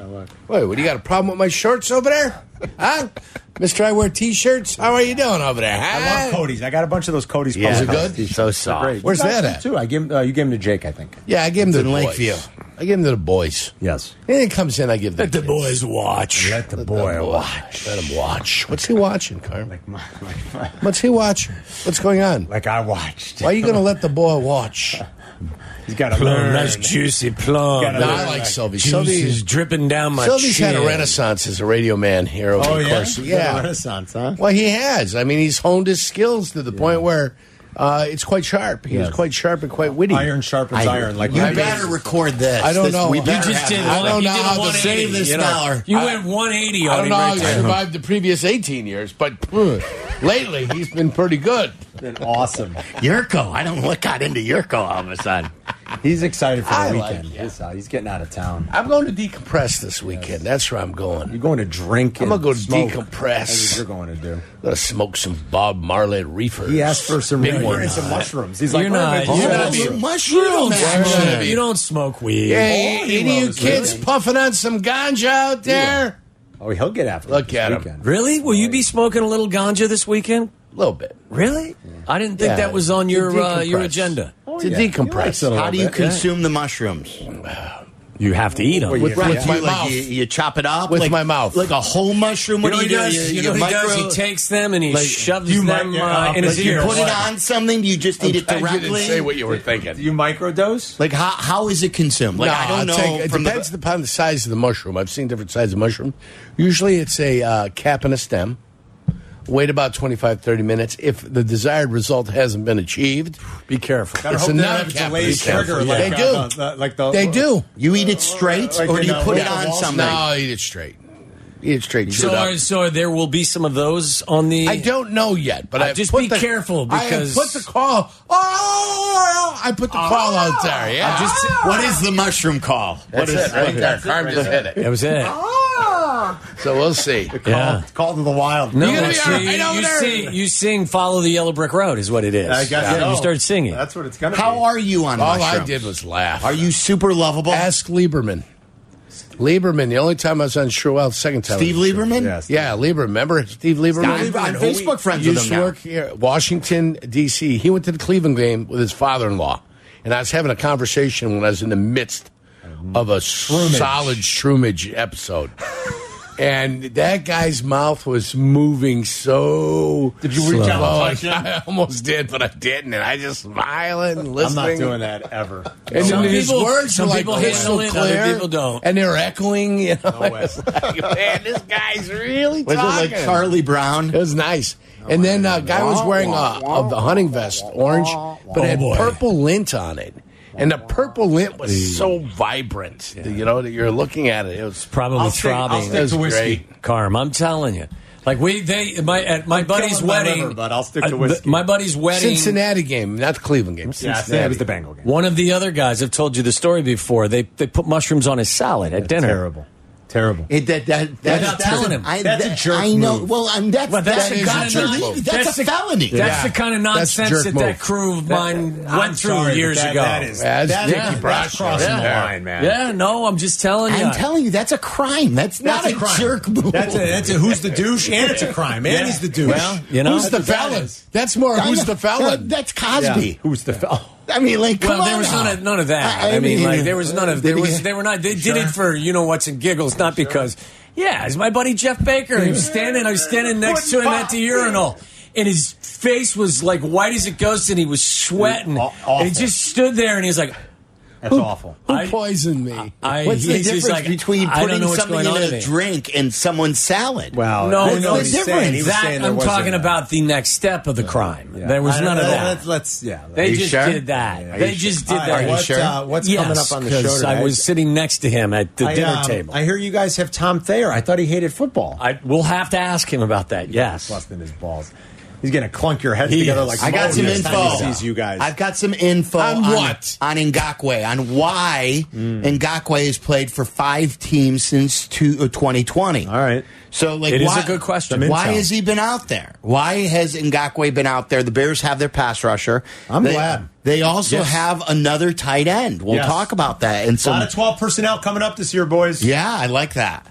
S4: Wait, what, you got a problem with my shorts over there? Huh? Mr. I wear t shirts. How are you doing over there? Huh?
S2: I love Cody's. I got a bunch of those Cody's.
S1: Yeah. Those
S2: Public
S1: are
S2: Health
S1: good?
S2: t-shirts.
S1: So soft.
S2: They're great.
S4: Where's
S2: You got
S4: that
S2: some, Too.
S4: at?
S2: I give. Uh, you gave him to Jake, I think.
S4: Yeah, I give them to
S1: It's
S4: the
S1: in
S4: boys.
S1: Lakeview.
S4: I give them to the boys.
S2: Yes.
S4: Anything comes in, I give them to the boys.
S3: watch.
S2: Let the
S4: Let
S2: boy
S4: them
S2: watch.
S4: Let him watch. What's he watching, Carm?
S2: Like, my, (laughs) like, my,
S4: What's he watching? What's going on?
S2: like I watched.
S4: Why are you going to let the
S2: (laughs)
S4: boy watch?
S2: He's got a
S3: Plum, that's juicy plum.
S2: Gotta
S4: No,
S2: learn.
S3: The
S4: I like Sylvie.
S3: Juice
S4: Sylvie's
S3: is dripping down my
S4: Sylvie's
S3: chin.
S4: had a renaissance as a radio man here over
S2: Oh
S4: the
S2: yeah.
S4: course.
S2: Got a
S4: Yeah.
S2: Renaissance, huh?
S4: Well, he has. I mean, he's honed his skills to the point where uh, it's quite sharp. He was quite sharp and quite witty.
S2: Iron sharpens iron. Like
S1: you
S2: my-
S1: better record this.
S4: I don't
S1: This-
S4: know.
S1: We
S4: You
S1: better
S3: just
S1: have
S3: did.
S1: this.
S4: I don't
S3: you
S4: know
S3: did a
S4: how to
S3: 180,
S1: save this
S3: you know.
S1: dollar.
S3: You
S4: I-
S3: went 180
S4: I
S3: on
S4: don't
S3: him.
S4: know how
S3: right
S4: he
S3: there.
S4: survived the previous 18 years, but uh, lately he's been pretty good.
S2: Been awesome.
S1: Yurko. I don't know what got into Yurko all of a sudden.
S2: He's excited for the
S4: I like
S2: weekend.
S4: it.
S2: he's, uh, he's getting out of town.
S4: I'm going to decompress this weekend. That's where I'm going.
S2: You're going to drink.
S4: I'm
S2: and
S4: gonna go
S2: smoke.
S4: decompress.
S2: That's what you're going to do.
S4: I'm going to smoke some Bob Marley reefer.
S2: He asked for some
S4: big
S2: reefer
S4: one.
S2: and some mushrooms. He's
S3: You're
S2: like, "Wait a minute,
S3: not- you're
S2: you
S3: not
S2: gotta
S3: being-
S2: be-
S3: You don't,
S1: Mushroom
S3: smoke,
S1: action.
S3: you don't smoke weed.
S4: Hey,
S2: he
S4: any of you
S2: loves
S4: kids
S2: it.
S4: puffing on some ganja out there?
S2: Oh, he'll get after.
S4: Look
S2: this
S4: at him.
S2: weekend.
S3: Really? Will you be smoking a little ganja this weekend?
S4: A little bit.
S3: Really? I didn't think
S4: Yeah,
S3: that was on
S4: to
S3: your uh, your
S4: decompress.
S3: agenda.
S2: Oh,
S4: to
S2: yeah. He likes it
S4: decompress.
S2: a
S1: How
S2: little
S1: do you
S2: bit.
S1: consume the mushrooms?
S3: You have to eat them.
S2: Well,
S1: With,
S2: Yeah.
S1: with
S4: With
S1: you,
S4: my
S1: like,
S4: mouth.
S1: You, you chop it up
S4: With
S1: like-
S4: my mouth.
S1: like a whole mushroom.
S3: You
S1: What
S3: know
S1: do
S3: what
S1: you
S3: he
S1: do?
S3: does? You know what he does? He
S1: micro-
S3: takes them and he shoves
S2: you
S3: them
S2: might-
S3: uh,
S2: yeah,
S3: in his
S2: like you
S3: ears.
S1: Put it on something. Do you just eat it
S4: I
S1: directly?
S4: didn't say what you were thinking.
S2: Do you microdose?
S1: Like how how is it consumed? Like
S4: No,
S1: I don't know.
S4: I'll take- it
S1: from the-
S4: depends upon the size of the mushroom. I've seen different sizes of mushroom. Usually it's a uh, cap and a stem. Wait about 25, 30 minutes. If the desired result hasn't been achieved,
S3: Be careful.
S2: Gotta
S4: It's
S2: hope they
S4: another
S2: don't have
S4: cap-
S2: delayed
S4: be careful.
S2: trigger.
S4: Yeah.
S2: Like,
S4: They
S2: uh,
S4: do.
S2: the- like the
S4: they do.
S1: you eat it straight,
S2: Like
S1: or do
S2: in
S1: you
S2: a-
S1: put
S2: like
S1: it
S2: a
S1: on
S2: Wall Street-
S1: something?
S4: No, eat it straight. Eat it straight. chew
S3: So,
S4: it up.
S3: are, so there will be some of those on the.
S4: I don't know yet, but
S3: Uh,
S4: I
S3: just
S4: put
S3: be
S4: the-
S3: careful,
S4: I have
S3: because-
S4: put the call. Oh, I put the call out there. Yeah,
S3: just-
S1: What is the mushroom call?
S4: that's
S1: what is
S4: it right there. Carm just hit
S3: That
S4: it.
S3: was it.
S4: So we'll see.
S3: yeah.
S2: Call to the wild.
S3: No,
S4: You're gonna be
S3: so
S4: all right
S3: you,
S4: over
S3: you
S4: there.
S3: sing, you sing "Follow the Yellow Brick Road" is what it is.
S2: I guess
S3: yeah,
S2: so.
S3: you start singing.
S2: That's what it's gonna be.
S1: How are you on
S4: All
S1: mushrooms?
S4: Oh, I did was laugh.
S1: Are you super lovable?
S4: Ask Lieberman. Lieberman. The only time I was on Shrewell, the second time. I
S1: Steve
S4: was on Shrewell.
S1: Lieberman?
S2: Yes.
S4: Yeah, Lieberman. Remember Steve Lieberman?
S1: I'm, I'm Facebook friends with
S4: used
S1: him
S4: to
S1: now.
S4: work here, Washington D.C. He went to the Cleveland game with his father-in-law, and I was having a conversation when I was in the midst of a solid shroomage (laughs) episode. and that guy's mouth was moving so. Did you reach out? (laughs) I almost did, but I didn't, and I just smiling, and
S2: I'm
S4: listening.
S2: not doing that ever.
S4: And
S3: Some
S4: then his
S3: people-
S4: words
S3: some
S4: were like
S3: people
S4: crystal
S3: handle it, other
S4: clear.
S3: people don't.
S4: and they're echoing. You know,
S2: No way.
S4: like, man, this guy's really
S1: Was it
S4: talking.
S1: like Charlie
S4: It
S1: Brown?
S4: was nice. and then a guy was wearing a, a, the hunting vest, orange, but it had
S3: boy.
S4: purple lint on it. And the purple lint was so vibrant, you know, that you're looking at it. It was
S3: Probably
S2: I'll stick- I'll
S3: throbbing.
S2: stick
S4: That was
S2: to whiskey.
S4: great.
S3: Carm, I'm telling you. Like we, they, my at my buddy's
S2: killing my
S3: wedding.
S2: liver, but I'll stick to
S3: the-
S2: whiskey.
S3: my buddy's wedding.
S4: Cincinnati game, not the Cleveland game.
S2: Yeah, I
S4: Cincinnati.
S2: think it was the Bengal game.
S3: One of the other guys, I've told you the story before. They they put mushrooms on his salad at dinner.
S2: Terrible. Terrible.
S1: It, that, that, that's,
S3: not telling him.
S1: I,
S2: That's a
S1: that-
S2: jerk
S1: I know.
S2: move.
S1: Well, I'm, that's,
S3: Well, that's
S1: that
S3: the
S1: is
S3: kind
S1: a
S3: of
S1: jerk
S3: non-
S1: move. That's,
S3: that's
S1: a
S3: the-
S1: felony.
S3: That's
S4: Yeah.
S3: the kind of
S4: That's
S3: nonsense
S4: jerk
S3: that
S4: move.
S3: that crew of mine
S2: I'm
S3: went through
S2: sorry, but
S3: years
S2: that-
S3: ago.
S2: That is,
S4: That's
S2: that-
S4: Dickie
S2: that's
S4: Bradshaw.
S2: crossing the
S4: Yeah.
S2: line, man.
S3: yeah, no, I'm just telling you.
S1: I'm telling you, that's a crime. That's,
S2: That's
S1: not a,
S2: crime.
S1: jerk move.
S2: That's a, that's a who's the douche, and it's a crime, and he's the douche.
S3: Well, you know,
S4: Who's the felon? That's more
S1: I (laughs)
S4: who's
S1: know.
S4: the felon.
S1: That- that's Cosby.
S2: Who's the fellow?
S1: I mean, like, come
S3: well, there
S1: on
S3: was
S1: now.
S3: none of, none of that.
S1: I-
S3: I,
S1: I
S3: mean,
S1: mean,
S3: like there was none of there
S1: they (laughs)
S3: was
S1: began-
S3: they were not they did it for you know what's and giggles, not because yeah, it's my buddy Jeff Baker. He was standing I was standing next to him at the urinal. And his face was like white as a ghost, and he was sweating.
S2: Aw- awful.
S3: And he just stood there, and he's like,
S2: That's awful.
S4: Who
S3: I-
S4: poisoned me?
S3: "I."
S1: What's the
S3: he's just
S1: difference
S3: like,
S1: between
S3: I don't
S1: putting
S3: know what's
S1: something
S3: going on
S1: in
S3: today.
S1: a drink and someone's salad?
S2: Wow.
S3: No,
S1: That's
S3: no,
S1: the
S3: he's saying-
S1: difference.
S2: He was
S3: that
S2: saying there
S3: I'm
S2: wasn't
S3: talking
S2: that.
S3: about the next step of the crime. There was
S2: I don't
S3: none of
S2: know,
S3: that.
S2: Let's, let's yeah.
S3: They
S4: you
S3: just
S4: sure?
S3: did that.
S2: Yeah, are
S3: they
S2: you
S3: just
S2: sure?
S3: did
S2: All right,
S3: that.
S2: what, uh, what's
S3: Yes,
S2: coming up on the show
S3: 'cause I
S2: tonight?
S3: was sitting next to him at the
S2: I,
S3: dinner
S2: um,
S3: table.
S2: I hear you guys have Tom Thayer. I thought he hated football.
S3: I we'll have to ask him about that. Yes.
S2: busting his balls. He's gonna clunk your heads
S3: He
S2: together
S3: is.
S2: like
S1: I got
S2: Moe
S1: some
S2: next time
S1: info.
S2: He sees you guys.
S1: I've got some info
S4: On what?
S1: on Ngakwe on why
S3: Hmm.
S1: Ngakwe has played for five teams since two, uh, 2020.
S2: All right.
S1: So, like,
S3: It is
S1: why,
S3: a good question. Some
S1: Why
S2: intel.
S1: has he been out there? Why has Ngakwe been out there? The Bears have their pass rusher.
S2: I'm
S1: they,
S2: glad.
S1: They also
S2: Yes.
S1: have another tight end. We'll
S2: Yes.
S1: talk about that. And
S2: A
S1: so,
S2: lot of twelve personnel coming up this year, boys.
S1: yeah, I like that.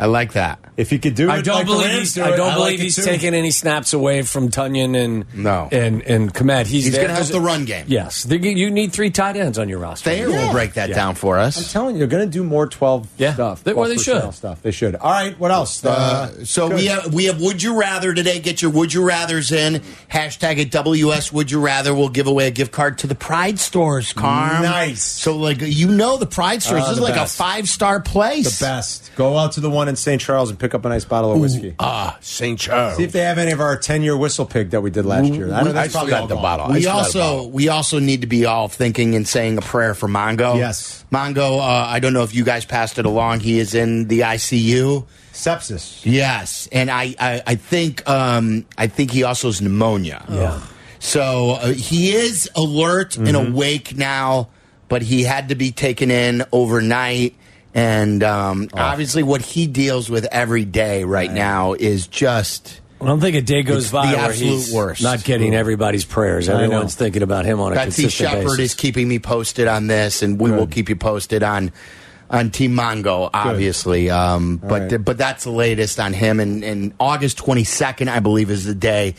S1: I like that.
S2: If you could do it,
S3: I don't
S2: like the
S3: believe
S2: Rams
S3: he's,
S2: do
S3: I
S2: it,
S3: don't
S2: like
S3: believe
S2: it
S3: he's
S2: too.
S3: taking any snaps away from Tunyon and
S1: No.
S3: and and Komet. He's,
S1: He's
S3: there.
S1: going to help
S3: There's-
S1: the run game.
S3: Yes, They- you need three tight ends on your roster.
S1: Thayer will break that down for
S2: I'm
S1: us.
S2: telling you, they're gonna do more twelve
S3: Yeah.
S2: stuff.
S3: They- well,
S2: 12
S3: they should.
S2: personnel Stuff they should. All right. What else?
S1: Uh, so we have we have would you rather today. Get your would you rather's in. Hashtag at WS would you rather. We'll give away a gift card to the Pride Stores, Carm.
S2: Nice.
S1: So like you know the Pride Stores
S2: Uh,
S1: this is
S2: the
S1: like
S2: best.
S1: a five star place.
S2: the best. Go out to the one in St. Charles and pick up a nice bottle of whiskey.
S4: Ah, St. Charles.
S2: See if they have any of our ten-year whistle pig that we did last year. I know
S4: I
S2: that's
S4: still
S2: probably all
S4: got the
S2: gone.
S4: bottle. I
S1: We
S4: still got the
S1: also
S4: bottle.
S1: we also need to be all thinking and saying a prayer for Mongo.
S2: Yes.
S1: Mongo. Uh, I don't know if you guys passed it along. He is in the ICU.
S2: Sepsis.
S1: Yes, and I I, I think um, I think he also has pneumonia. Oh. Yeah. Mm-hmm. So uh, he is alert and awake now, but he had to be taken in overnight. And um, obviously, what he deals with every day right now is just.
S3: I don't think a day goes
S1: It's
S3: by
S1: the
S3: where
S1: absolute
S3: he's
S1: worst.
S3: not getting everybody's prayers.
S2: I know.
S3: Everyone's thinking about him on a
S1: Betsy
S3: consistent
S1: Shepard
S3: basis.
S1: is keeping me posted on this, and we will keep you posted on on Team Mongo, obviously. Um, but
S2: right.
S1: but that's the latest on him. And, and August twenty second, I believe, is the day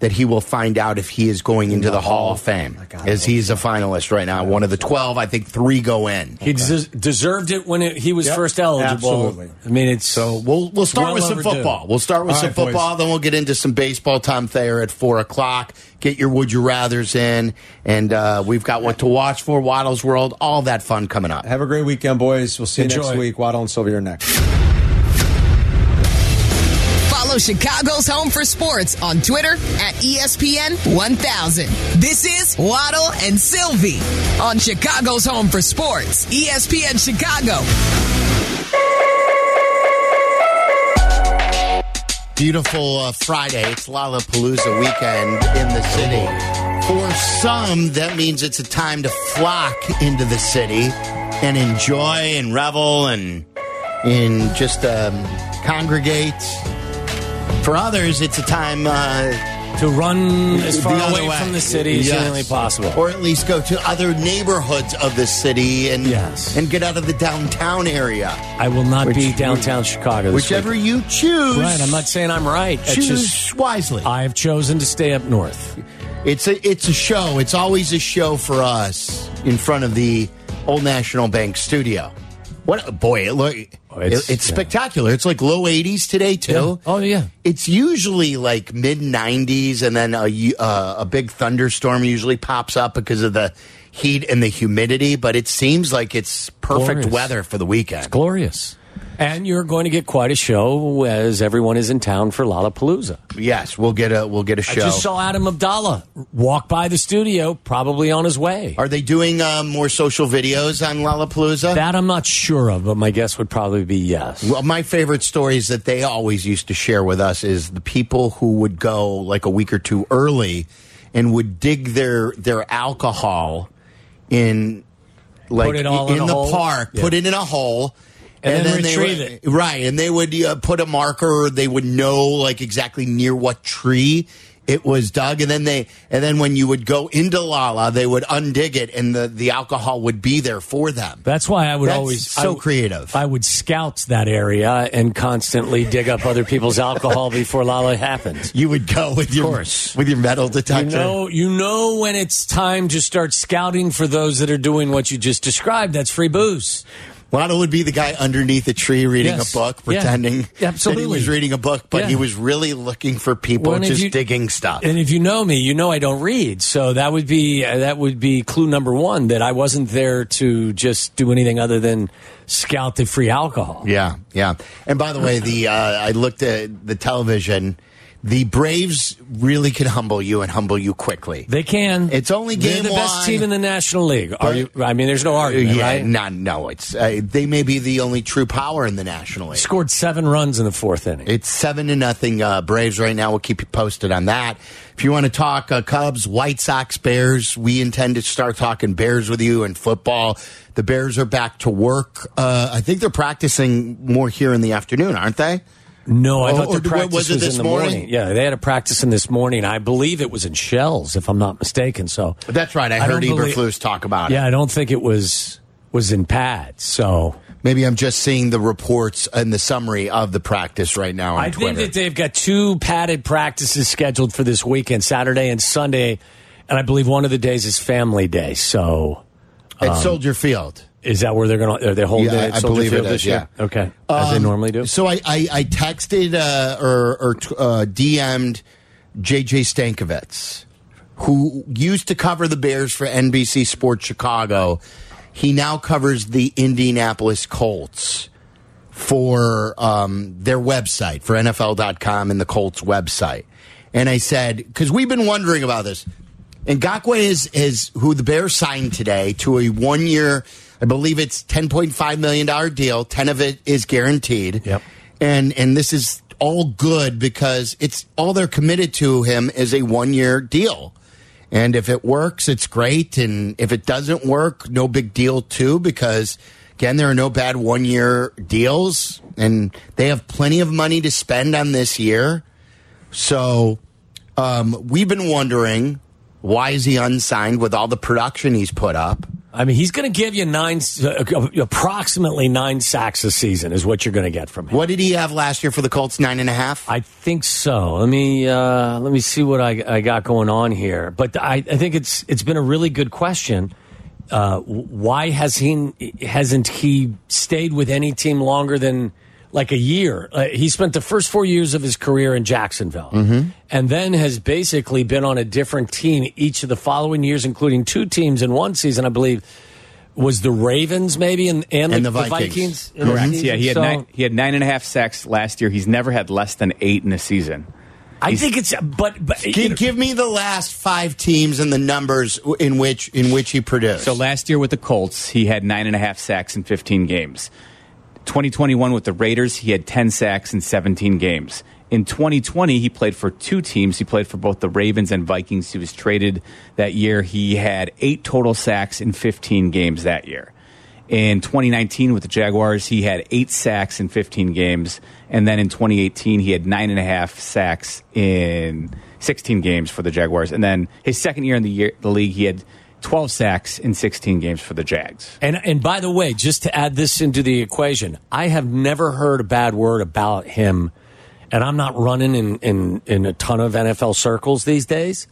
S1: that he will find out if he is going into the Hall of Fame, as he's a finalist right now. One of the twelve, I think three go in.
S3: He des- deserved it when it, he was
S2: Yep,
S3: first eligible.
S2: absolutely.
S3: I mean, it's
S1: So we'll we'll start
S3: Well
S1: with some
S3: overdue.
S1: football. We'll start with
S2: All
S1: some
S2: right, boys.
S1: football, then we'll get into some baseball. Tom Thayer at four o'clock. Get your would you rather's in, and uh, we've got what to watch for. Waddle's World, all that fun coming up.
S2: Have a great weekend, boys. We'll see you next
S3: Enjoy.
S2: week. Waddle and Sylvia are next.
S9: Follow Chicago's Home for Sports on Twitter at E ESPN 1000. This is Waddle and Sylvie on Chicago's Home for E Sports, ESPN Chicago.
S1: beautiful uh, Friday. It's Lollapalooza weekend in the city. For some, that means it's a time to flock into the city and enjoy and revel and and just um, congregate. For others, it's a time uh,
S3: to run as far
S1: the other
S3: away from the city as humanly possible.
S1: or at least go to other neighborhoods of the city and
S3: Yes.
S1: and get out of the downtown area.
S3: I will not
S1: Which-
S3: be downtown Chicago. This
S1: Whichever
S3: weekend.
S1: you choose,
S3: Right, I'm not saying I'm right. It's
S1: choose
S3: just-
S1: wisely.
S3: I have chosen to stay up north.
S1: It's a it's a show. It's always a show for us in front of the Old National Bank Studio. What boy, it look it's,
S3: Oh, it's-
S1: it's
S3: yeah.
S1: spectacular. It's like low 80s today too.
S3: Oh yeah.
S1: It's usually like mid 90s and then a y- uh, a big thunderstorm usually pops up because of the heat and the humidity, but it seems like it's perfect
S3: Glorious.
S1: weather for the weekend.
S3: Glorious. And you're going to get quite a show as everyone is in town for Lollapalooza.
S1: Yes, we'll get a we'll get a
S3: I
S1: show.
S3: just saw Adam Abdallah walk by the studio, probably on his way.
S1: Are they doing uh, more social videos on Lollapalooza?
S3: That I'm not sure of, but my guess would probably be yes.
S1: Well, my favorite stories that they always used to share with us is the people who would go like a week or two early and would dig their their alcohol in like
S3: Put it all in a
S1: the
S3: hole?
S1: park,
S3: Yeah.
S1: put it in a hole.
S3: And then
S1: they
S3: retrieve
S1: would-
S3: it.
S1: Right. And they would uh, put a marker. They would know like exactly near what tree it was dug. And then they, and then when you would go into Lala, they would undig it and the, the alcohol would be there for them.
S3: That's why I would
S1: That's
S3: always
S1: so
S3: I w-
S1: creative.
S3: I would scout that area and constantly dig up other people's alcohol before Lala happens.
S1: you would go with your
S3: course.
S1: with your metal
S3: You
S1: detector.
S3: know, you know when it's time to start scouting for those that are doing what you just described. That's free booze.
S1: Lotto would be the guy underneath a tree reading
S3: Yes.
S1: a book,
S3: Yeah.
S1: pretending
S3: Absolutely.
S1: that he was reading a book, but
S3: Yeah.
S1: he was really looking for people
S3: Well, and if
S1: just
S3: you-
S1: digging stuff.
S3: And if you know me, you know I don't read. So that would be uh, that would be clue number one that I wasn't there to just do anything other than scout the free alcohol.
S1: yeah, yeah. And by the way, the uh, I looked at the television. The Braves really can humble you and humble you quickly.
S3: They can.
S1: It's only game
S3: They're the
S1: one.
S3: best team in the National League. Are you? I mean, there's no argument,
S1: yeah,
S3: right?
S1: no, no. It's uh, they may be the only true power in the National League.
S3: Scored seven runs in the fourth inning.
S1: It's seven to nothing uh, Braves right now. We'll keep you posted on that. If you want to talk uh, Cubs, White Sox, Bears, we intend to start talking Bears with you and football. The Bears are back to work. Uh, I think they're practicing more here in the afternoon, aren't they?
S3: No, I
S1: Oh,
S3: thought
S1: or
S3: the
S1: do-
S3: practice
S1: was
S3: was,
S1: it this
S3: in the morning?
S1: morning?
S3: Yeah, they had a practice in this morning. I believe it was in shells, if I'm not mistaken. So
S1: That's right. I, heard
S3: don't believe-
S1: Eberflus talk about it.
S3: Yeah, I don't think it was was in pads. So
S1: Maybe I'm just seeing the reports and the summary of the practice right now. On
S3: I
S1: Twitter.
S3: think that they've got two padded practices scheduled for this weekend, Saturday and Sunday, and I believe one of the days is Family Day. So
S1: at
S3: Um,
S1: Soldier Field.
S3: is that where they're going to? Are they holding
S1: Yeah, I-
S3: it? At
S1: I
S3: Soldier
S1: believe it
S3: Field
S1: is,
S3: this year?
S1: yeah.
S3: Okay, as they
S1: Um,
S3: normally do.
S1: So I I, I texted uh, or or t- uh, DM'd JJ Stankovitz, who used to cover the Bears for NBC Sports Chicago. He now covers the Indianapolis Colts for um, their website for NFL.com and the Colts website. And I said because we've been wondering about this. And Gakwe is is who the Bears signed today to a one year, I believe it's ten point five million dollar deal. Ten of it is guaranteed.
S3: Yep.
S1: And and this is all good because it's all they're committed to him is a one year deal. And if it works, it's great. And if it doesn't work, no big deal too, because again, there are no bad one year deals and they have plenty of money to spend on this year. So um, we've been wondering why is he unsigned with all the production he's put up?
S3: I mean, he's going to give you nine, uh, approximately nine sacks a season is what you're going to get from him.
S1: What did he have last year for the Colts? Nine and a half.
S3: I think so. Let me uh, let me see what I, I got going on here. But I, I think it's it's been a really good question. Uh, w- why has he hasn't he stayed with any team longer than like a year? Uh, he spent the first four years of his career in Jacksonville,
S8: Mm-hmm.
S3: and then has basically been on a different team each of the following years, including two teams in one season, I believe. Was the Ravens maybe and and,
S1: And
S3: the,
S1: the
S3: the
S1: Vikings.
S3: Vikings? in the
S8: Correct.
S3: season?
S8: Yeah, he had
S3: So-
S8: nine, he had nine and a half sacks last year. He's never had less than eight in a season.
S3: I think it's but but you know-
S1: Give, give me the last five teams and the numbers w- in which in which he produced.
S8: So last year with the Colts, he had nine and a half sacks in 15 games. 2021 with the Raiders, he had 10 sacks in 17 games. In 2020, he played for two teams. He played for both the Ravens and Vikings. He was traded that year. He had eight total sacks in 15 games that year. In 2019, with the Jaguars, he had eight sacks in 15 games. And then in 2018, he had nine and a half sacks in 16 games for the Jaguars. And then his second year in the, year, the league, he had 12 sacks in 16 games for the Jags.
S3: And and by the way, just to add this into the equation, I have never heard a bad word about him. And I'm not running in in, in a ton of NFL circles these days,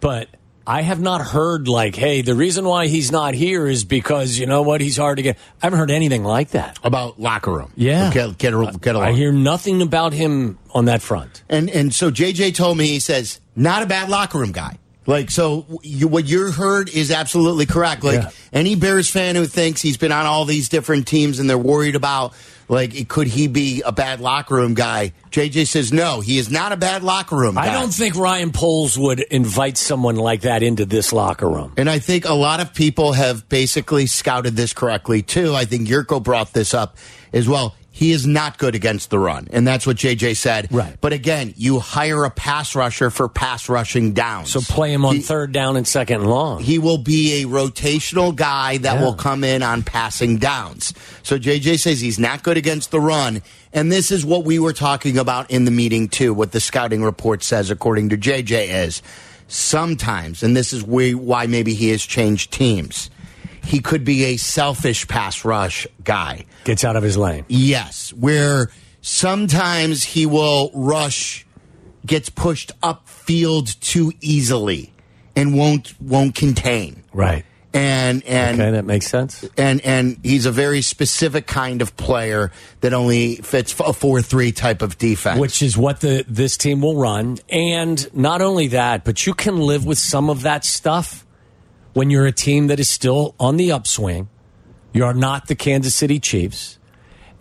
S3: but I have not heard like, hey, the reason why he's not here is because you know what, he's hard to get. I haven't heard anything like that.
S4: about locker room.
S3: Yeah.
S4: Get, get, get
S3: I hear nothing about him on that front.
S1: And and so JJ told me he says not a bad locker room guy. Like so, you, what you heard is absolutely correct. Like
S3: Yeah.
S1: any Bears fan who thinks he's been on all these different teams and they're worried about like it- could he be a bad locker room guy? JJ says no, he is not a bad locker room. Guy.
S3: I don't think Ryan Poles would invite someone like that into this locker room.
S1: And I think a lot of people have basically scouted this correctly too. I think Yurko brought this up as well. He is not good against the run, and that's what JJ said.
S3: Right.
S1: But again, you hire a pass rusher for pass rushing downs.
S3: So play him on
S1: He-
S3: third down and second and long.
S1: He will be a rotational guy that
S3: Yeah.
S1: will come in on passing downs. So JJ says he's not good against the run. And this is what we were talking about in the meeting, too. What the scouting report says, according to JJ, is sometimes, and this is where, why maybe he has changed teams, he could be a selfish pass rush guy.
S3: Gets out of his lane.
S1: Yes, where sometimes he will rush, gets pushed upfield too easily, and won't won't contain.
S3: Right.
S1: And and
S3: Okay, that makes sense.
S1: and and he's a very specific kind of player that only fits a four three type of defense.
S3: which is what the this team will run. And not only that, but you can live with some of that stuff when you're a team that is still on the upswing. You are not the Kansas City Chiefs,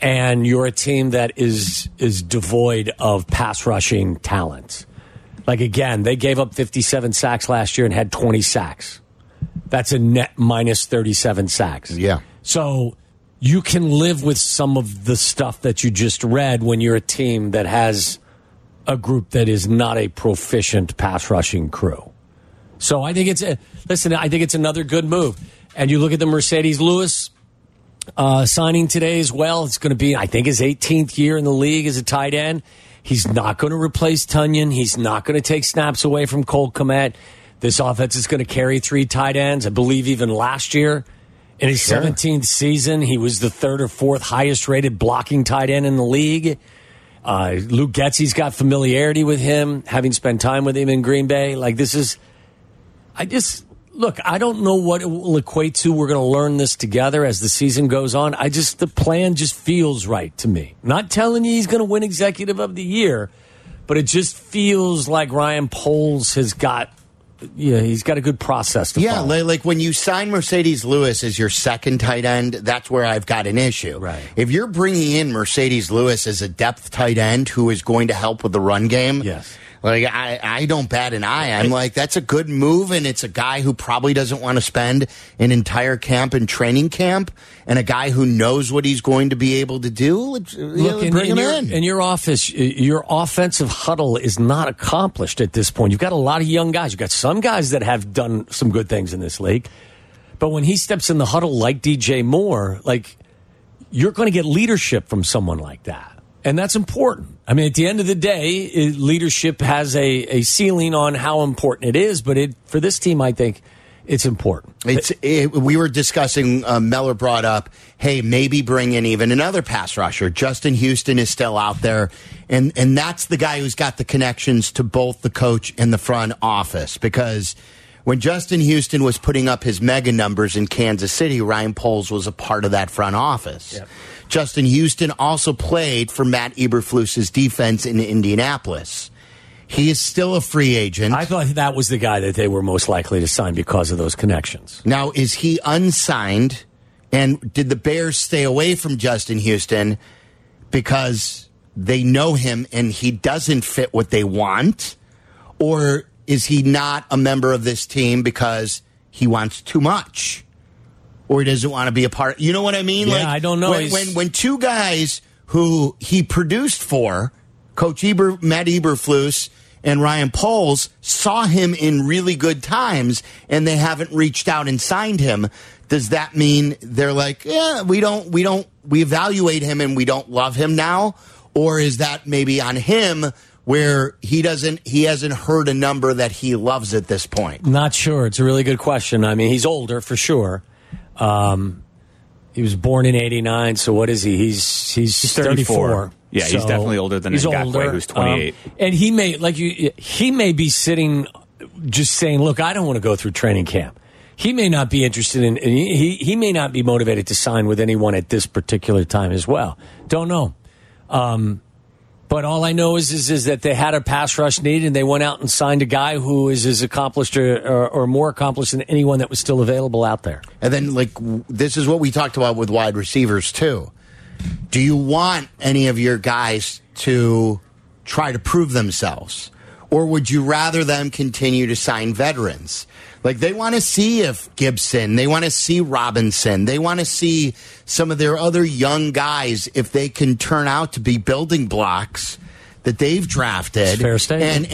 S3: and you're a team that is is devoid of pass rushing talent. Like again, they gave up 57 sacks last year and had 20 sacks. That's a net minus 37 sacks.
S1: Yeah.
S3: So you can live with some of the stuff that you just read when you're a team that has a group that is not a proficient pass rushing crew. So I think it's a, listen. I think it's another good move. And you look at the Mercedes Lewis uh, signing today as well. It's going to be, I think, his 18th year in the league as a tight end. He's not going to replace Tunyon. He's not going to take snaps away from Cole Komet. This offense is going to carry three tight ends. I believe even last year, in his 17th season, he was the third or fourth highest rated blocking tight end in the league. Uh, Luke Getzey's got familiarity with him, having spent time with him in Green Bay. Like this is, I just look. I don't know what it will equate to. We're going to learn this together as the season goes on. I just the plan just feels right to me. Not telling you he's going to win Executive of the Year, but it just feels like Ryan Poles has got. Yeah, he's got a good process to
S1: yeah,
S3: follow.
S1: li- like, when you sign Mercedes Lewis as your second tight end, that's where I've got an issue.
S3: Right.
S1: If you're bringing in Mercedes Lewis as a depth tight end who is going to help with the run game,
S3: Yes.
S1: Like I, I don't bat an eye. I'm like, that's a good move, and it's a guy who probably doesn't want to spend an entire camp in training camp, and a guy who knows what he's going to be able to do. It's- you know,
S3: Look, in,
S1: bring him
S3: in your,
S1: in.
S3: in your office, y- your offensive huddle is not accomplished at this point. You've got a lot of young guys. You've got some guys that have done some good things in this league. But when he steps in the huddle like DJ Moore, like you're going to get leadership from someone like that. And that's important. I mean, at the end of the day, i- leadership has a, a ceiling on how important it is. But it, for this team, I think it's important.
S1: It's it, we were discussing. Uh, Meller brought up, hey, maybe bring in even another pass rusher. Justin Houston is still out there, and and that's the guy who's got the connections to both the coach and the front office because. When Justin Houston was putting up his mega numbers in Kansas City, Ryan Poles was a part of that front office. Justin Houston also played for Matt Eberflus's defense in Indianapolis. He is still a free agent.
S3: I thought that was the guy that they were most likely to sign because of those connections.
S1: Now, is he unsigned? And did the Bears stay away from Justin Houston because they know him and he doesn't fit what they want? Or is he not a member of this team because he wants too much? Or he doesn't want to be a part. You know what I mean?
S3: Yeah, I don't know.
S1: When,
S3: He's-
S1: when when two guys who he produced for Coach Eber, Matt Eberflus and Ryan Poles saw him in really good times and they haven't reached out and signed him. Does that mean they're like, yeah, we don't, we don't, we evaluate him and we don't love him now? Or is that maybe on him where he doesn't, he hasn't heard a number that he loves at this point?
S3: Not sure. It's a really good question. I mean, he's older for sure. Um, he was born in '89, so what is he? He's he's,
S8: He's 34.
S3: 34.
S8: Yeah, he's
S3: So
S8: definitely older than
S3: he's
S8: Ngakwe,
S3: older.
S8: who's 28.
S3: Um, and he may like you. He may be sitting, just saying, "Look, I don't want to go through training camp." He may not be interested in. He he- he may not be motivated to sign with anyone at this particular time as well. Don't know. Um, but all I know is, is is that they had a pass rush need, and they went out and signed a guy who is as accomplished or, or, or more accomplished than anyone that was still available out there.
S1: And then, like, w- this is what we talked about with wide receivers, too. Do you want any of your guys to try to prove themselves? Or would you rather them continue to sign veterans? Like, they want to see if Gibson, they want to see Robinson, they want to see some of their other young guys if they can turn out to be building blocks that they've drafted
S3: Fair statement.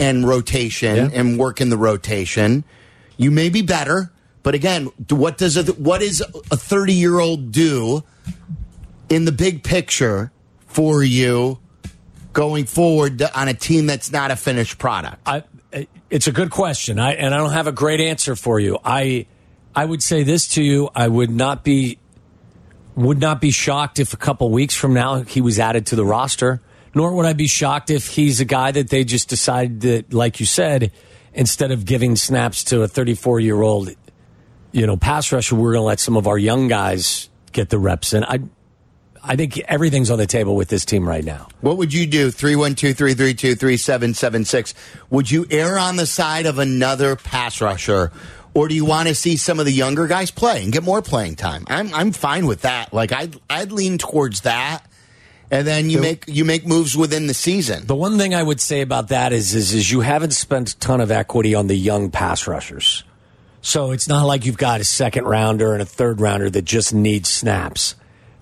S1: and and rotation and work in the rotation, you may be better. But again, d- what does a, what is a thirty year old do in the big picture for you going forward to- on a team that's not a finished product?
S3: I, it's a good question. I and I don't have a great answer for you. I I would say this to you. I would not be would not be shocked if a couple weeks from now he was added to the roster. Nor would I be shocked if he's a guy that they just decided that, like you said, instead of giving snaps to a 34 year old, you know, pass rusher, we're going to let some of our young guys get the reps. And I, I think everything's on the table with this team right now.
S1: What would you do? 312 332 3776. Would you err on the side of another pass rusher? Or do you want to see some of the younger guys play and get more playing time? I'm, I'm fine with that. Like, I'd, I'd lean towards that. And then you make, you make moves within the season.
S3: The one thing I would say about that is, is, is you haven't spent a ton of equity on the young pass rushers. So it's not like you've got a second rounder and a third rounder that just needs snaps.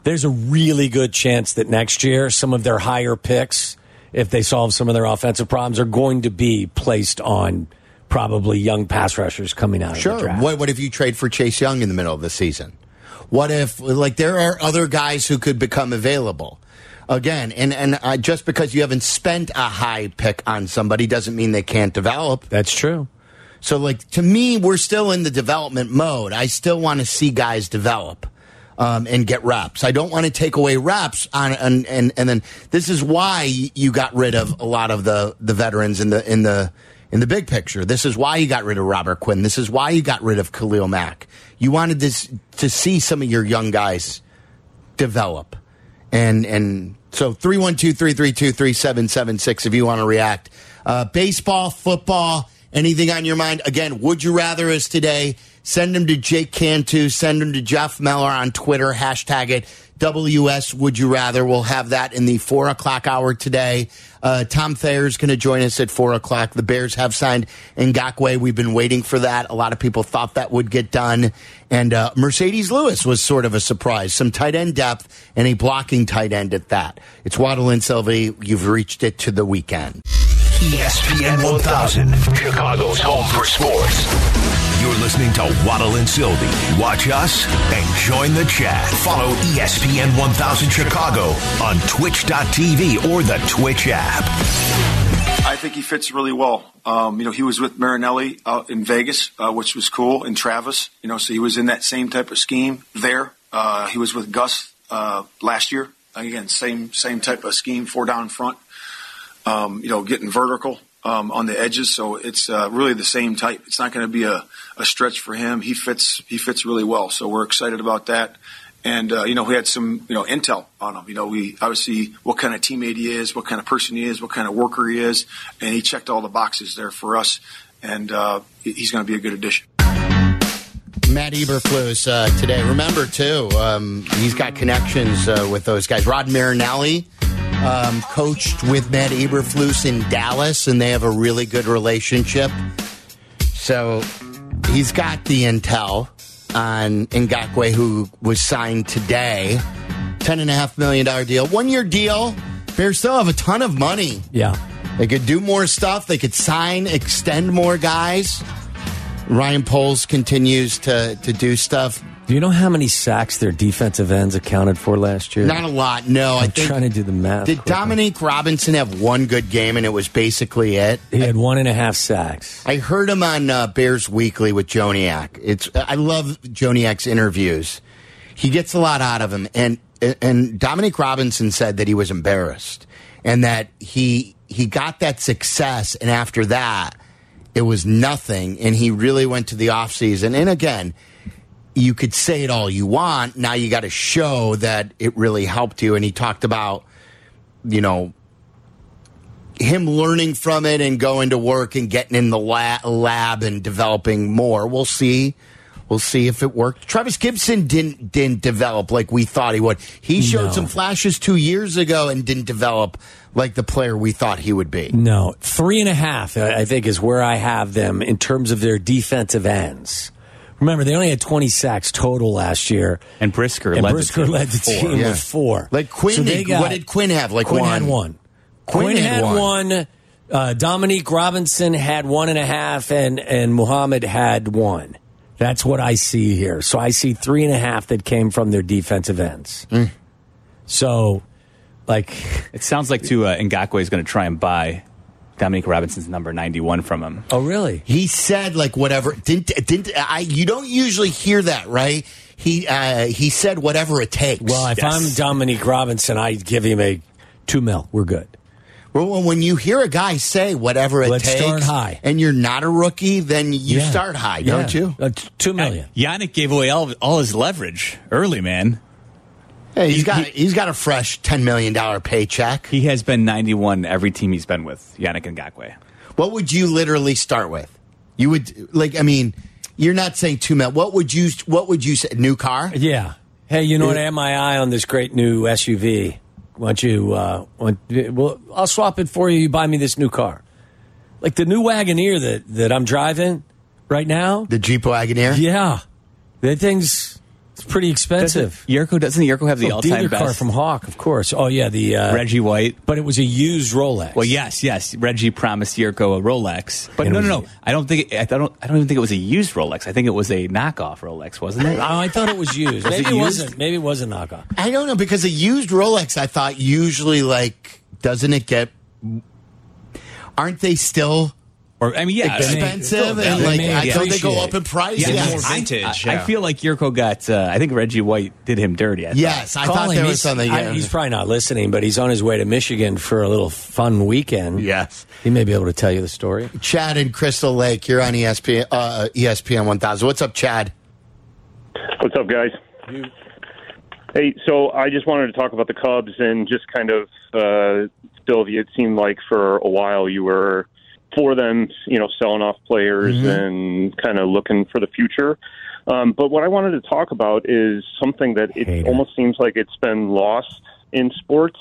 S3: There's a really good chance that next year, some of their higher picks, if they solve some of their offensive problems, are going to be placed on probably young pass rushers coming out of the
S1: Sure.
S3: draft.
S1: What, what if you trade for Chase Young in the middle of the season? What if, like, there are other guys who could become available? Again, and, and uh, just because you haven't spent a high pick on somebody doesn't mean they can't develop.
S3: That's true.
S1: So, like, to me, we're still in the development mode. I still want to see guys develop um, and get reps. I don't want to take away reps on, and, and, and then this is why you got rid of a lot of the, the veterans in the, in the, in the big picture. This is why you got rid of Robert Quinn. This is why you got rid of Khalil Mack. You wanted this to see some of your young guys develop. And and so 312-332-3776 if you want to react. Uh, baseball, football, anything on your mind. Again, would you rather is today. Send them to Jake Cantu. Send them to Jeff Meller on Twitter. Hashtag it WS Would You Rather. We'll have that in the four o'clock hour today. Uh, Tom Thayer is going to join us at four o'clock. The Bears have signed Ngakwe. We've been waiting for that. A lot of people thought that would get done. And uh, Mercedes Lewis was sort of a surprise. Some tight end depth and a blocking tight end at that. It's Waddle and Sylvie. You've reached it to the weekend.
S10: E
S11: ESPN 1000, Chicago's home for sports. You're listening to Waddle and Sylvie. Watch us and join the chat. Follow E ESPN 1000 Chicago on twitch.tv or the Twitch app.
S12: I think he fits really well. Um, you know, he was with Marinelli out in Vegas, uh, which was cool, and Travis. You know, so he was in that same type of scheme there. Uh, he was with Gus uh, last year. Again, same same type of scheme, four down front. Um, you know, getting vertical um, on the edges. So it's uh, really the same type. It's not going to be a, a stretch for him. He fits he fits really well. So we're excited about that. And uh, you know, we had some you know intel on him. You know, we obviously what kind of teammate he is, what kind of person he is, what kind of worker he is, and he checked all the boxes there for us. And uh, he- he's going to be a good addition.
S1: Matt Eberflus uh, today. Remember too, um, he's got connections uh, with those guys. Rod Marinelli um, coached with Matt Eberflus in Dallas, and they have a really good relationship. So he's got the intel on Ngakwe, who was signed today. $10.5 million deal. One year deal. Bears still have a ton of money.
S3: Yeah.
S1: They could do more stuff. They could sign, extend more guys. Ryan Poles continues to, to do stuff.
S3: Do you know how many sacks their defensive ends accounted for last year?
S1: Not a lot, no. I
S3: I'm
S1: think-
S3: trying to do the math.
S1: Did
S3: quickly.
S1: Dominique Robinson have one good game and it was basically it?
S3: He had one and a half sacks.
S1: I heard him on uh, Bears Weekly with Joniak. It's I love Joniak's interviews. He gets a lot out of him, and and Dominic Robinson said that he was embarrassed and that he he got that success, and after that, it was nothing, and he really went to the offseason. And again, you could say it all you want. Now you got to show that it really helped you. And he talked about, you know, him learning from it and going to work and getting in the la- lab and developing more. We'll see. We'll see if it worked. Travis Gibson didn't didn't develop like we thought he would. He showed
S3: No.
S1: some flashes two years ago and didn't develop like the player we thought he would be.
S3: No, three and a half, I I think, is where I have them in terms of their defensive ends. Remember, they only had 20 sacks total last year.
S8: And Brisker
S3: And
S8: led
S3: Brisker
S8: the team,
S3: led the
S8: with four.
S3: team
S1: Yeah.
S3: with four.
S1: Like Quinn,
S3: So they
S1: did-
S3: got-
S1: what did Quinn have? Like
S3: Quinn
S1: one.
S3: had one.
S1: Quinn had one.
S3: Uh, Dominique Robinson had one and a half, and and Muhammad had one. That's what I see here. So I see three and a half that came from their defensive ends.
S1: Mm.
S3: So, like,
S8: It sounds like too uh, Ngakwe is going to try and buy Dominic Robinson's number 91 from him.
S3: oh really?
S1: He said like whatever didn't didn't I you don't usually hear that, right? He uh he said whatever it takes.
S3: Well, if
S1: Yes.
S3: I'm Dominique Robinson, I give him a two mil. We're good.
S1: Well, when you hear a guy say whatever it
S3: Let's
S1: takes
S3: start high.
S1: and you're not a rookie, then you
S3: Yeah.
S1: start high,
S3: Yeah.
S1: don't you?
S3: Uh, t- two million.
S8: Yannick gave away all, all his leverage early, man.
S1: Hey, he's got he's got a fresh 10 million dollar paycheck.
S8: He has been 91 every team he's been with, Yannick Ngakwe.
S1: What would you literally start with? You would like I mean, you're not saying two mil. What would you what would you say new car?
S3: Yeah. Hey, you know what? I have my eye on this great new SUV. Why don't you? Uh, want, well, I'll swap it for you. You buy me this new car, like the new Wagoneer that that I'm driving right now.
S1: The Jeep Wagoneer?
S3: Yeah, that thing's it's pretty expensive.
S8: Yerko, doesn't Yerko have the
S3: Oh,
S8: all
S3: dealer
S8: time
S3: car
S8: best?
S3: from Hawk, of course. Oh yeah, the uh,
S8: Reggie White.
S3: but it was a used Rolex.
S8: Well, yes, yes. Reggie promised Yurko a Rolex, but
S3: And
S8: no,
S3: it
S8: no,
S3: was-
S8: no. I don't think. It, I don't. I don't even think it was a used Rolex. I think it was a knockoff Rolex, wasn't
S3: Oh, (laughs)
S8: it?
S3: I thought it was used.
S8: Was it
S3: maybe it,
S8: used?
S3: wasn't. Maybe it was a knockoff.
S1: I don't know because a used Rolex I thought usually like doesn't it get aren't they still
S8: Or I mean, yeah, I mean,
S1: expensive and
S8: They
S1: like
S8: may
S1: I thought they go
S3: appreciate.
S1: up in price.
S8: yeah,
S1: yes.
S8: I-
S13: vintage,
S8: I, I
S13: yeah.
S8: feel like Yurko got. Uh, I think Reggie White did him dirty. I thought.
S1: Yes, I thought
S3: Call
S1: there
S3: him.
S1: was
S3: He's-
S1: something.
S3: I-
S1: yeah.
S3: he's probably not listening, but he's on his way to Michigan for a little fun weekend.
S1: Yes.
S3: He may be able to tell you the story.
S1: Chad in Crystal Lake, you're on ESPN, uh, ESPN 1000. What's up, Chad?
S10: What's up, guys? Hey, so I just wanted to talk about the Cubs and just kind of, uh, Sylvia, it seemed like for a while you were for them, you know, selling off players and kind of looking for the future. Um, but what I wanted to talk about is something that it almost seems like it's been lost in sports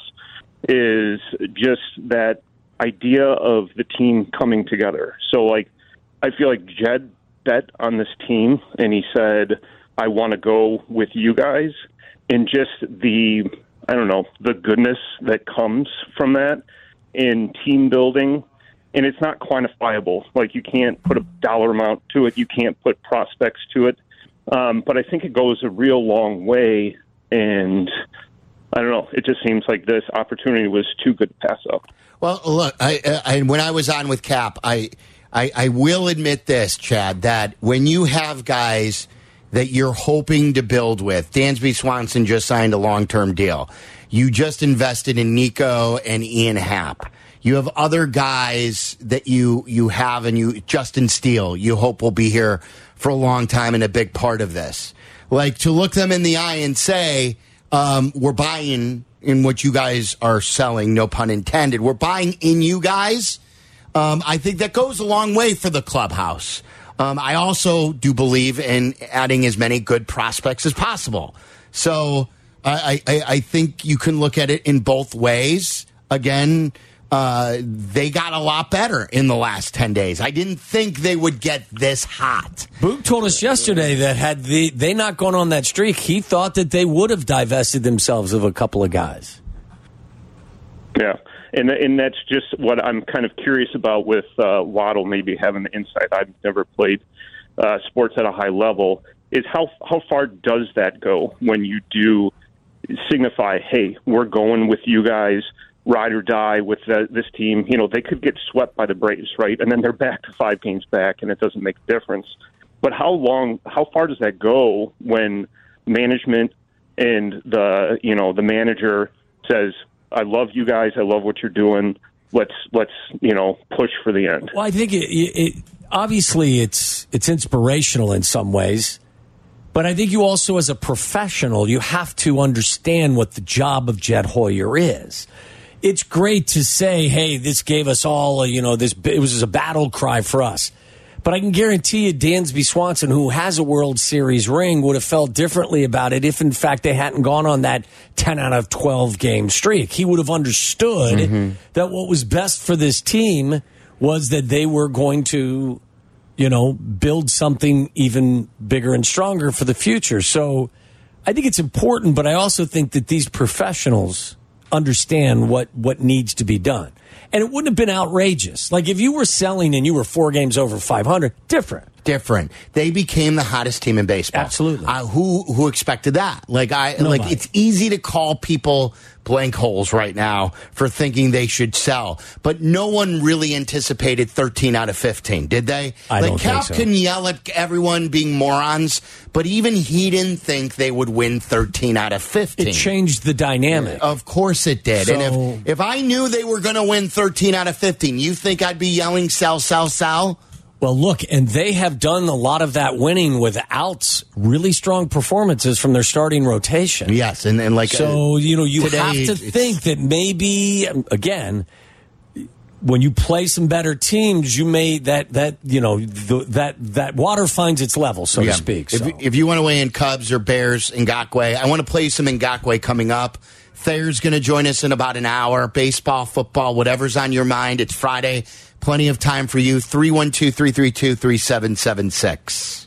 S10: is just that idea of the team coming together. So, like, I feel like Jed bet on this team and he said, I want to go with you guys. And just the, I don't know, the goodness that comes from that in team building. And it's not quantifiable. Like, you can't put a dollar amount to it, you can't put prospects to it. Um, but I think it goes a real long way. And I don't know, it just seems like this opportunity was too good to pass up.
S1: Well, look, I, uh, I, I- when I was on with Cap, I, I, I will admit this, Chad, that when you have guys that you're hoping to build with, Dansby Swanson just signed a long term deal. You just invested in Nico and Ian Happ. You have other guys that you you have, and you Justin Steele. You hope will be here for a long time and a big part of this. Like to look them in the eye and say, um, we're buying in what you guys are selling, no pun intended. We're buying in you guys. Um, I think that goes a long way for the clubhouse. Um, I also do believe in adding as many good prospects as possible. So I, I, I think you can look at it in both ways. Again, uh, they got a lot better in the last 10 days. I didn't think they would get this hot.
S3: Boog told us yesterday that had the, they not gone on that streak, he thought that they would have divested themselves of a couple of guys.
S10: Yeah, and th- and that's just what I'm kind of curious about with uh, Waddle maybe having the insight. I've never played uh, sports at a high level. Is how how far does that go when you do signify, hey, we're going with you guys, ride or die with the, this team. You know, they could get swept by the Braves, right? And then they're back to five games back, and it doesn't make a difference. But how long, how far does that go when management and the you know the manager says, "I love you guys, I love what you're doing. Let's let's you know push for the end."
S3: Well, I think it, it obviously it's it's inspirational in some ways, but I think you also, as a professional, you have to understand what the job of Jed Hoyer is. It's great to say, "Hey, this gave us all, you know, this it was a battle cry for us." But I can guarantee you, Dansby Swanson, who has a World Series ring, would have felt differently about it if, in fact, they hadn't gone on that 10 out of 12 game streak. He would have understood that what was best for this team was that they were going to, you know, build something even bigger and stronger for the future. So I think it's important, but I also think that these professionals understand what, what needs to be done. And it wouldn't have been outrageous. Like if you were selling and you were four games over 500, different.
S1: Different. They became the hottest team in baseball. Absolutely. Uh, who who expected that? Like I like
S13: Nobody.
S1: it's easy to call people blank holes right now for thinking they should sell, but no one really anticipated 13 out of 15, did they?
S13: I don't
S1: like
S13: think
S1: Cal
S13: so.
S1: can yell at everyone being morons, but even he didn't think they would win 13 out of 15.
S3: It changed the dynamic.
S1: Of course it did.
S3: So-
S1: and if, if I knew they were going to win 13 out of 15, you think I'd be yelling, sell, sell, sell?
S3: Well, look, and they have done a lot of that winning without really strong performances from their starting rotation.
S1: Yes, and, and like
S3: so,
S1: uh,
S3: you know, you
S1: today,
S3: have to
S1: it's-
S3: think that maybe um, again, when you play some better teams, you may that that you know the, that that water finds its level, so
S1: Yeah.
S3: to speak.
S1: If,
S3: So.
S1: if you want to weigh in Cubs or Bears, Ngakwe, I want to play some Ngakwe coming up. Thayer's going to join us in about an hour. Baseball, football, whatever's on your mind. It's Friday. Plenty of time for you. 312 332 3776.